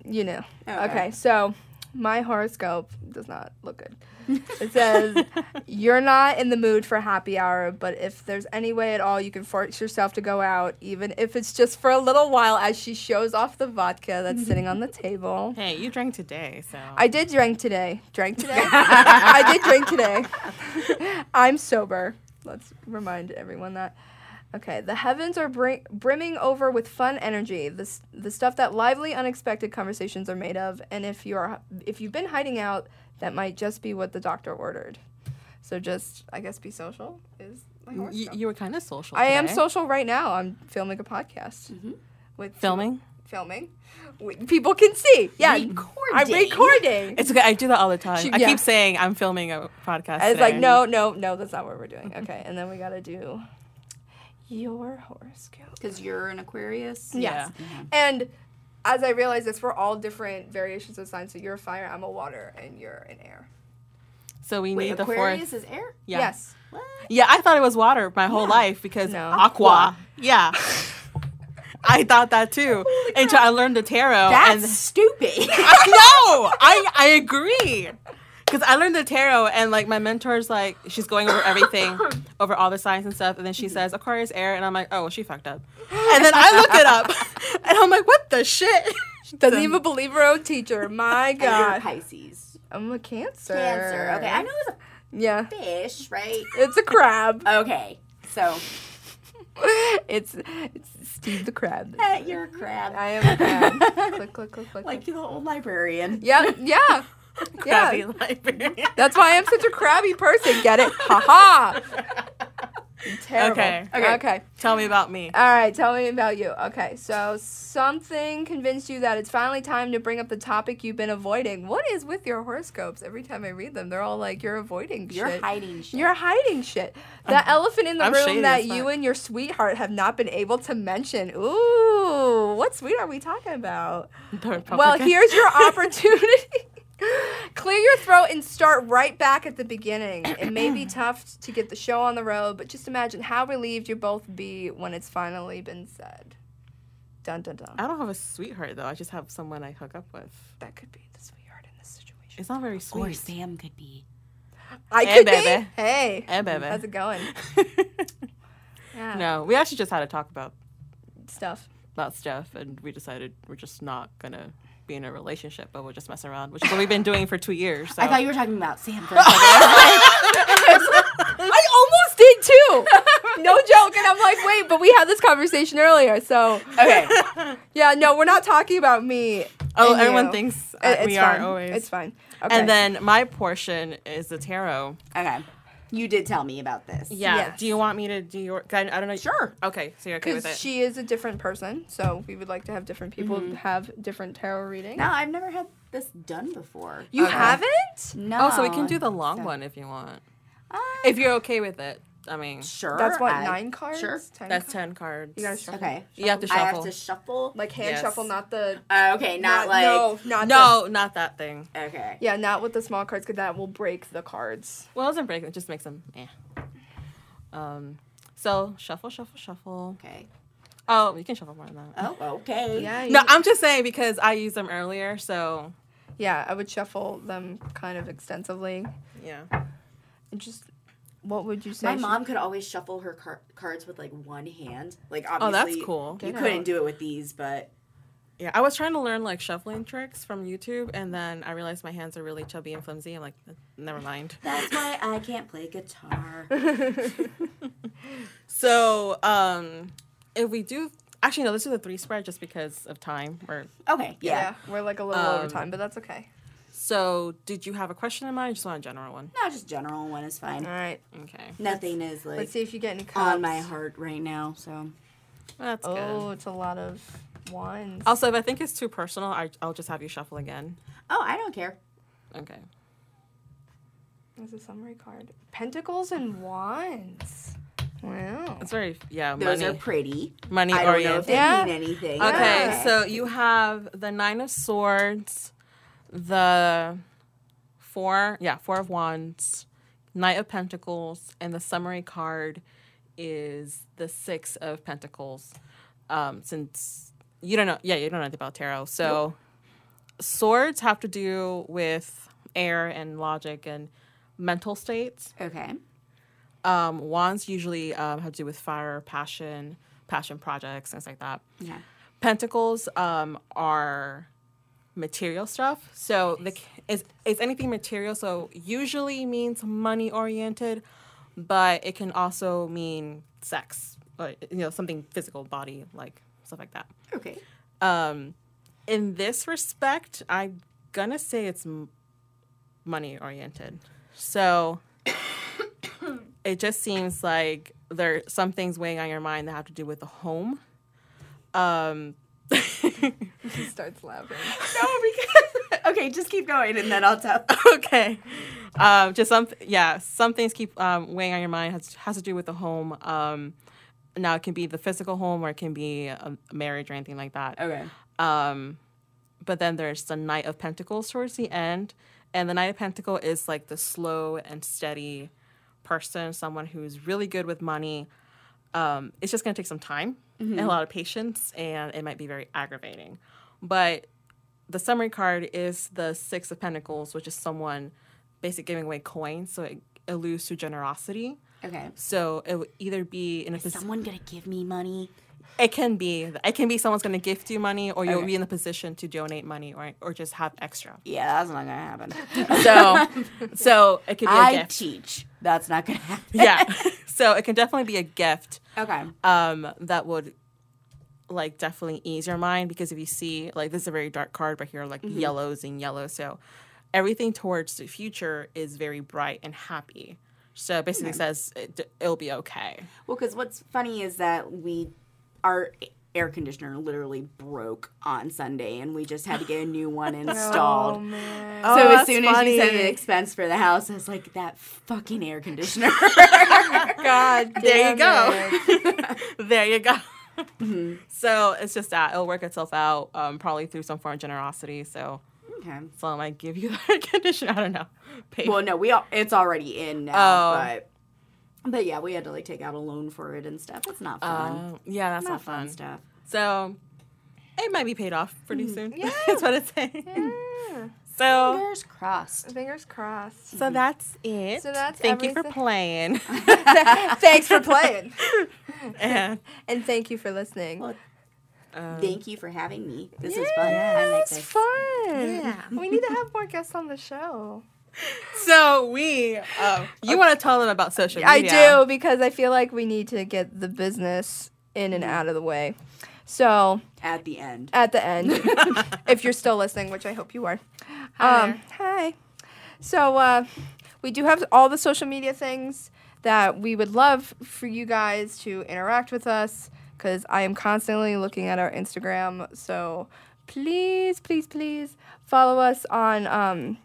Speaker 2: you know.
Speaker 3: Okay.
Speaker 2: okay, so my horoscope does not look good. It says, You're not in the mood for happy hour, but if there's any way at all you can force yourself to go out, even if it's just for a little while, as she shows off the vodka that's sitting on the table.
Speaker 1: Hey, you drank today, so
Speaker 2: I did drink today. Drank today? I did drink today. I'm sober. Let's remind everyone that. Okay, the heavens are bri- brimming over with fun energy. The, s- the stuff that lively, unexpected conversations are made of, and if you are if you've been hiding out, that might just be what the doctor ordered. So just, I guess, be social is my
Speaker 1: Y-
Speaker 2: horoscope.
Speaker 1: you were kind of social.
Speaker 2: I am
Speaker 1: today. Mm-hmm.
Speaker 2: social right now. I'm filming a podcast with
Speaker 1: filming.
Speaker 2: filming. We- people can see. Yeah, I'm
Speaker 3: Recording.
Speaker 2: recording.
Speaker 1: It's okay. I do that all the time.
Speaker 2: She-
Speaker 1: I
Speaker 2: yeah.
Speaker 1: keep saying I'm filming a podcast.
Speaker 2: I was like,
Speaker 1: today.
Speaker 2: no, no, no, that's not what we're doing.
Speaker 1: Mm-hmm.
Speaker 2: Okay, and then we gotta do your horoscope.
Speaker 3: Because you're an Aquarius. Mm-hmm.
Speaker 1: Yeah.
Speaker 2: Yes. And as I realized this, we're all different variations of signs. So you're a fire, I'm a water, and you're an air.
Speaker 1: So we
Speaker 3: Wait,
Speaker 1: need the
Speaker 3: Aquarius
Speaker 1: fourth.
Speaker 3: is air?
Speaker 1: Yeah.
Speaker 2: Yes.
Speaker 3: What?
Speaker 1: Yeah, I thought it was water my whole life because
Speaker 2: No.
Speaker 1: aqua. Yeah. I thought that too until I learned the tarot.
Speaker 3: That's
Speaker 1: Oh, and Oh,
Speaker 3: stupid.
Speaker 1: I know. I I agree. Because I learned the tarot, and like my mentor's like, she's going over everything, over all the signs and stuff, and then
Speaker 2: Mm-hmm.
Speaker 1: she says Aquarius air, and I'm like, oh, she fucked up. And then I look it up, and I'm like, what the shit?
Speaker 2: Doesn't even believe her own teacher. My
Speaker 3: And you're
Speaker 2: God.
Speaker 3: Pisces.
Speaker 2: I'm a cancer.
Speaker 3: Cancer. Okay, I know it's
Speaker 2: Yeah.
Speaker 3: a fish, right?
Speaker 2: It's a crab.
Speaker 3: Okay, so
Speaker 2: it's it's Steve the crab.
Speaker 3: eh, you're a crab.
Speaker 2: I am a crab. click, click, click, click.
Speaker 3: like
Speaker 2: click.
Speaker 3: the old librarian.
Speaker 2: Yeah, yeah.
Speaker 1: Crabby
Speaker 2: Yeah.
Speaker 1: library.
Speaker 2: That's why I'm such a crabby person. Get it? Haha. Terrible.
Speaker 1: Okay.
Speaker 2: Okay.
Speaker 3: Okay.
Speaker 2: Okay.
Speaker 1: Tell me about me.
Speaker 2: All right. Tell me about you. Okay. So something convinced you that it's finally time to bring up the topic you've been avoiding. What is with your horoscopes? Every time I read them, they're all like, "You're avoiding
Speaker 3: You're
Speaker 2: shit.
Speaker 3: hiding shit.
Speaker 2: You're hiding shit." The elephant in the
Speaker 1: I'm shady
Speaker 2: room that
Speaker 1: as fuck.
Speaker 2: you and your sweetheart have not been able to mention. Ooh, what sweet are we talking about? Well, here's your opportunity. Clear your throat and start right back at the beginning. It may be tough to get the show on the road, but just imagine how relieved you'll both be when it's finally been said. Dun dun dun.
Speaker 1: I don't have a sweetheart though. I just have someone I hook up with.
Speaker 2: That could be the sweetheart in this situation.
Speaker 1: It's not very
Speaker 3: or
Speaker 1: sweet.
Speaker 3: Sam could be.
Speaker 2: I
Speaker 1: Hey,
Speaker 2: could
Speaker 1: eh, baby.
Speaker 2: be. Hey.
Speaker 1: Hey, baby.
Speaker 2: How's it going? Yeah.
Speaker 1: no, we actually just had a talk about
Speaker 2: Stuff.
Speaker 1: about stuff, and we decided we're just not gonna be in a relationship, but we'll just mess around, which is what we've been doing for two years. So.
Speaker 3: I thought you were talking about Sam. For a second.
Speaker 2: I almost did too. No joke. And I'm like, wait, but we had this conversation earlier. So,
Speaker 3: okay,
Speaker 2: yeah, no, we're not talking about me.
Speaker 1: oh,
Speaker 2: and
Speaker 1: everyone
Speaker 2: you.
Speaker 1: thinks uh,
Speaker 2: It- It's
Speaker 1: we
Speaker 2: fine.
Speaker 1: are always.
Speaker 2: It's fine. Okay.
Speaker 1: And then my portion is the tarot.
Speaker 3: okay. You did tell me about this.
Speaker 1: Yeah.
Speaker 2: Yes.
Speaker 1: Do you want me to do your? I, I don't know.
Speaker 3: Sure.
Speaker 1: Okay. So you're okay with it?
Speaker 2: Because she is a different person, so we would like to have different people
Speaker 3: Mm-hmm.
Speaker 2: have different tarot readings.
Speaker 3: No, I've never had this done before.
Speaker 2: You
Speaker 3: Okay.
Speaker 2: haven't?
Speaker 3: No.
Speaker 1: oh, so we can do the long
Speaker 3: so-
Speaker 1: one if you want.
Speaker 3: Uh,
Speaker 1: If you're okay with it, I mean,
Speaker 3: sure.
Speaker 2: That's what
Speaker 3: I-
Speaker 2: nine cards.
Speaker 3: Sure.
Speaker 2: Ten
Speaker 1: that's
Speaker 2: cards?
Speaker 1: ten cards.
Speaker 2: You gotta shuffle.
Speaker 3: Okay.
Speaker 1: You have to
Speaker 3: I
Speaker 1: shuffle.
Speaker 3: have to shuffle.
Speaker 2: Like hand
Speaker 1: Yes.
Speaker 2: shuffle, not the.
Speaker 3: Uh, okay, not, like.
Speaker 2: no, not
Speaker 1: no, not that thing.
Speaker 3: Okay.
Speaker 2: the- yeah, not with the small cards, because that will break the cards.
Speaker 1: Well, it doesn't break. It just makes them. Eh. Um. So shuffle, shuffle, shuffle.
Speaker 3: Okay.
Speaker 1: Oh, you can shuffle more than that.
Speaker 3: Oh, okay.
Speaker 2: Yeah. you-
Speaker 1: No, I'm just saying because I used them earlier. So
Speaker 2: yeah, I would shuffle them kind of extensively.
Speaker 1: yeah.
Speaker 2: And just, what would you say?
Speaker 3: My
Speaker 2: she-
Speaker 3: mom could always shuffle her car- cards with like one hand. Like
Speaker 1: Oh,
Speaker 3: obviously,
Speaker 1: that's cool.
Speaker 3: You
Speaker 2: Get
Speaker 3: couldn't
Speaker 2: out.
Speaker 3: do it with these, but
Speaker 1: Yeah, I was trying to learn like shuffling tricks from YouTube, and then I realized my hands are really chubby and flimsy. I'm like, never mind.
Speaker 3: that's why I can't play guitar.
Speaker 1: So, um, if we do, actually, no, let's do the three spread just because of time. Or
Speaker 3: Okay.
Speaker 2: Yeah.
Speaker 3: Yeah.
Speaker 2: we're like a little over
Speaker 1: Um,
Speaker 2: time, but that's okay.
Speaker 1: so, did you have a question in mind? or Just want a general one.
Speaker 3: No, just general one is fine.
Speaker 2: All right.
Speaker 1: Okay,
Speaker 3: Nothing is like
Speaker 2: Let's see if you get any cards.
Speaker 3: on my heart right now. So
Speaker 1: that's
Speaker 2: Oh,
Speaker 1: good.
Speaker 2: it's a lot of ones.
Speaker 1: Also, if I think it's too personal, I, I'll just have you shuffle again.
Speaker 3: oh, I don't care.
Speaker 1: Okay.
Speaker 2: That's a summary card. Pentacles and wands. Wow.
Speaker 1: It's very yeah,
Speaker 3: Those are
Speaker 1: money
Speaker 3: pretty.
Speaker 1: money
Speaker 3: I don't know
Speaker 1: oriented.
Speaker 3: if they
Speaker 2: Yeah.
Speaker 3: mean anything.
Speaker 1: Okay,
Speaker 2: Yeah.
Speaker 1: so you have the nine of swords, the four, yeah, four of wands, knight of pentacles, and the summary card is the six of pentacles. Um, since you don't know, yeah, you don't know anything about tarot, so swords have to do with air and logic and mental states.
Speaker 3: Okay.
Speaker 1: Um, wands usually um, have to do with fire, passion, passion projects, things like that.
Speaker 3: Yeah.
Speaker 1: Pentacles um, are material stuff. So the is is anything material. So usually means money oriented, but it can also mean sex, like you know something physical, body, like stuff like that.
Speaker 3: Okay.
Speaker 1: Um, in this respect, I'm gonna say it's m- money oriented. So it just seems like there some things weighing on your mind that have to do with the home. Um,
Speaker 2: He starts laughing.
Speaker 3: No, because okay, just keep going and then I'll tell.
Speaker 1: okay. Um, just some, yeah, some things keep um, weighing on your mind. Has has to do with the home. Um, now it can be the physical home, or it can be a marriage or anything like that.
Speaker 3: Okay.
Speaker 1: Um, but then there's the Knight of Pentacles towards the end, and the Knight of Pentacles is like the slow and steady person, someone who's really good with money. Um, it's just gonna take some time
Speaker 3: Mm-hmm.
Speaker 1: and a lot of patience, and it might be very aggravating. But the summary card is the Six of Pentacles, which is someone basically giving away coins, so it alludes to generosity.
Speaker 3: Okay.
Speaker 1: So it would either be in a position.
Speaker 3: Someone gonna give me money.
Speaker 1: It can be. It can be someone's going to gift you money, or you'll
Speaker 3: Okay.
Speaker 1: be in the position to donate money, or or just have extra.
Speaker 3: Yeah, that's not gonna happen.
Speaker 1: So, so it could be a
Speaker 3: I
Speaker 1: gift.
Speaker 3: teach. That's not gonna happen.
Speaker 1: yeah. So it can definitely be a gift
Speaker 3: Okay.
Speaker 1: um, that would like definitely ease your mind because if you see like this is a very dark card, but here are like yellows and yellow. So everything towards the future is very bright and happy. So it basically says it, it'll be okay.
Speaker 3: Well, because what's funny is that we, our air conditioner literally broke on Sunday, and we just had to get a new one
Speaker 2: Oh
Speaker 3: installed.
Speaker 2: man.
Speaker 1: Oh,
Speaker 3: so as
Speaker 1: that's
Speaker 3: soon as you said
Speaker 1: funny.
Speaker 3: the expense for the house, I was like, that fucking air conditioner.
Speaker 1: God, there you
Speaker 2: damn
Speaker 1: go. there you go. So it's just that it'll work itself out, um, probably through some form of generosity. So
Speaker 3: okay.
Speaker 1: someone might give you that condition. I don't know. Pay.
Speaker 3: Well, no, we all, it's already in now,
Speaker 1: Oh.
Speaker 3: but but yeah, we had to like take out a loan for it and stuff. It's not fun.
Speaker 1: Uh, yeah, that's
Speaker 3: not,
Speaker 1: not,
Speaker 3: fun, stuff.
Speaker 1: So it might be paid off pretty soon. Yeah. that's what it's saying. So.
Speaker 3: Fingers crossed.
Speaker 2: Fingers crossed.
Speaker 1: So that's it.
Speaker 2: So that's
Speaker 1: Thank you for
Speaker 2: everything.
Speaker 1: playing.
Speaker 2: Thanks for playing.
Speaker 1: and,
Speaker 2: And thank you for listening.
Speaker 3: Well,
Speaker 1: um,
Speaker 3: Thank you for having me. This is fun. I like
Speaker 2: Yes,
Speaker 3: this.
Speaker 2: fun.
Speaker 1: Yeah.
Speaker 2: We need to have more guests on the show.
Speaker 1: so we, um, you want to tell them about social
Speaker 2: I
Speaker 1: media?
Speaker 2: do because I feel like we need to get the business in and out of the way. So
Speaker 3: At the end.
Speaker 2: at the end, if you're still listening, which I hope you are.
Speaker 1: Hi
Speaker 2: um, hi. So uh, we do have all the social media things that we would love for you guys to interact with us because I am constantly looking at our Instagram. So please, please, please follow us on um,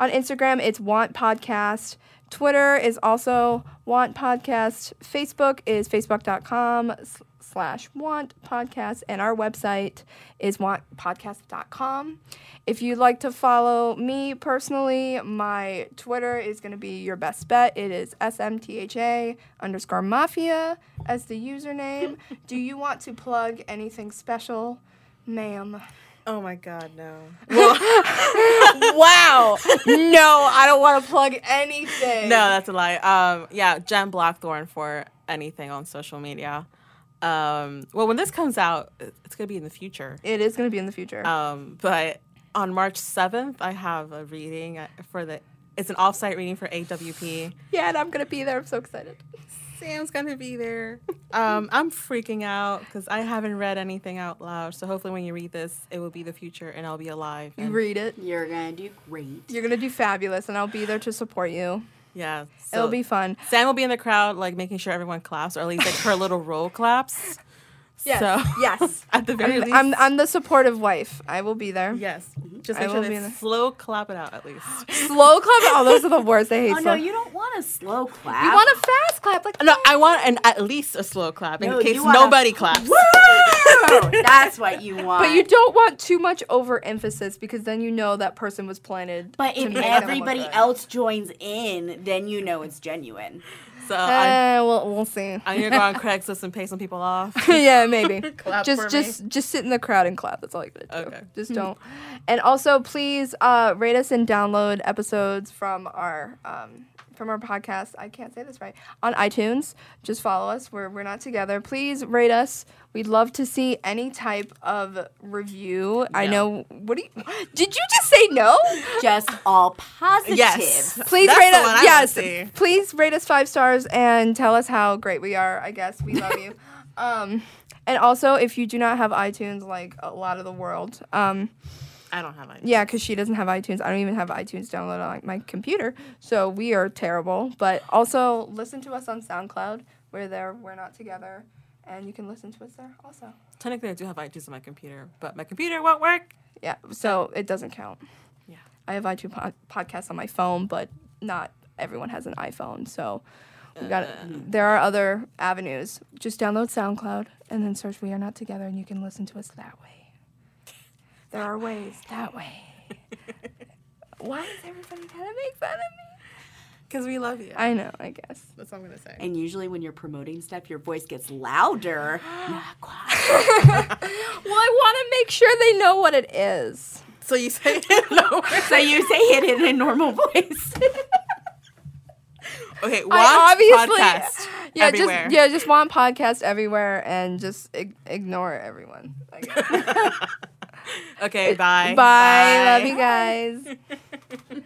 Speaker 2: on Instagram. It's Want Podcast. Twitter is also Want Podcast. Facebook is facebook.com s- slash Want Podcast. And our website is wantpodcast.com. If you'd like to follow me personally, my Twitter is going to be your best bet. It is SMTHA underscore mafia as the username. Do you want to plug anything special, ma'am?
Speaker 1: Oh my God, no.
Speaker 2: wow. No, I don't want to plug anything.
Speaker 1: No, that's a lie. Um, yeah, Jen Blackthorn for anything on social media. Um, well, when this comes out, it's gonna be in the future.
Speaker 2: It is going to be in the future.
Speaker 1: Um, but on March seventh, I have a reading for the. It's an off-site reading for AWP.
Speaker 2: yeah, and I'm going to be there. I'm so excited.
Speaker 1: Sam's gonna be there. Um, I'm freaking out because I haven't read anything out loud. So hopefully, when you read this, it will be the future and I'll be alive.
Speaker 2: You
Speaker 1: and-
Speaker 2: read it.
Speaker 3: You're gonna do great.
Speaker 2: You're going to do fabulous, and I'll be there to support you.
Speaker 1: yeah,
Speaker 2: It'll
Speaker 1: so-
Speaker 2: be fun.
Speaker 1: Sam will be in the crowd, like making sure everyone claps, or at least like her little roll claps.
Speaker 2: Yes.
Speaker 1: So-
Speaker 2: Yes.
Speaker 1: At the very least,
Speaker 2: I'm, I'm the supportive wife. I will be there.
Speaker 1: Yes. Just
Speaker 2: I
Speaker 1: make sure
Speaker 2: will be
Speaker 1: they
Speaker 2: there.
Speaker 1: slow clap it out at least.
Speaker 2: Slow clap. Oh, those are the worst. I hate
Speaker 3: Oh
Speaker 2: slow.
Speaker 3: no, you don't want a slow clap.
Speaker 2: You want a fast clap. Like,
Speaker 1: No, I want an at least a slow clap in
Speaker 3: No,
Speaker 1: case
Speaker 3: you wanna-
Speaker 1: nobody claps.
Speaker 3: Woo! That's what you want.
Speaker 2: but you don't want too much overemphasis because then you know that person was planted.
Speaker 3: But
Speaker 2: to
Speaker 3: if
Speaker 2: make them look
Speaker 3: everybody
Speaker 2: good.
Speaker 3: else joins in, then you know it's genuine.
Speaker 1: So I,
Speaker 2: Eh, we'll, we'll see.
Speaker 1: I need to go on Craigslist and pay some people off.
Speaker 2: yeah, maybe.
Speaker 4: Clap
Speaker 2: just
Speaker 4: for
Speaker 2: just just sit in the crowd and clap. That's all you gotta do.
Speaker 1: Okay.
Speaker 2: Just don't. And also please uh, rate us and download episodes from our um, from our podcast. I can't say this right. On iTunes. Just follow us. We're we're not together. Please rate us. We'd love to see any type of review. I
Speaker 1: No.
Speaker 2: know what do you did you just say no?
Speaker 3: Just all positive.
Speaker 1: Yes.
Speaker 2: Please
Speaker 1: That's
Speaker 2: rate
Speaker 1: the one I
Speaker 2: us.
Speaker 1: wanna
Speaker 2: Yes.
Speaker 1: see.
Speaker 2: Please rate us five stars and tell us how great we are. I guess we love you. Um, and also, if you do not have iTunes, like a lot of the world, um,
Speaker 1: I don't have any.
Speaker 2: yeah, because she doesn't have iTunes. I don't even have iTunes downloaded on like, my computer, so we are terrible. But also, listen to us on SoundCloud. We're there. We're not together, and you can listen to us there also.
Speaker 1: Technically, I do have iTunes on my computer, but my computer won't work.
Speaker 2: Yeah, so it doesn't count.
Speaker 1: Yeah.
Speaker 2: I have iTunes pod- podcasts on my phone, but not everyone has an iPhone. So we got there are other avenues. Just download SoundCloud and then search "We Are Not Together" and you can listen to us that way. There are ways that way. Why is everybody gonna make fun of me?
Speaker 1: Because we love you.
Speaker 2: I know. I guess.
Speaker 4: That's all I'm gonna say.
Speaker 3: And usually when you're promoting stuff, your voice gets louder. not quiet.
Speaker 2: Well, I want to make sure they know what it is.
Speaker 1: so you say it lower.
Speaker 3: so you say it in a normal voice.
Speaker 1: Okay, watch
Speaker 2: I obviously-
Speaker 1: podcast
Speaker 2: Yeah,
Speaker 1: everywhere.
Speaker 2: just yeah, just want podcast everywhere and just ig- ignore everyone. I guess.
Speaker 1: Okay, bye.
Speaker 2: Bye. Love you guys.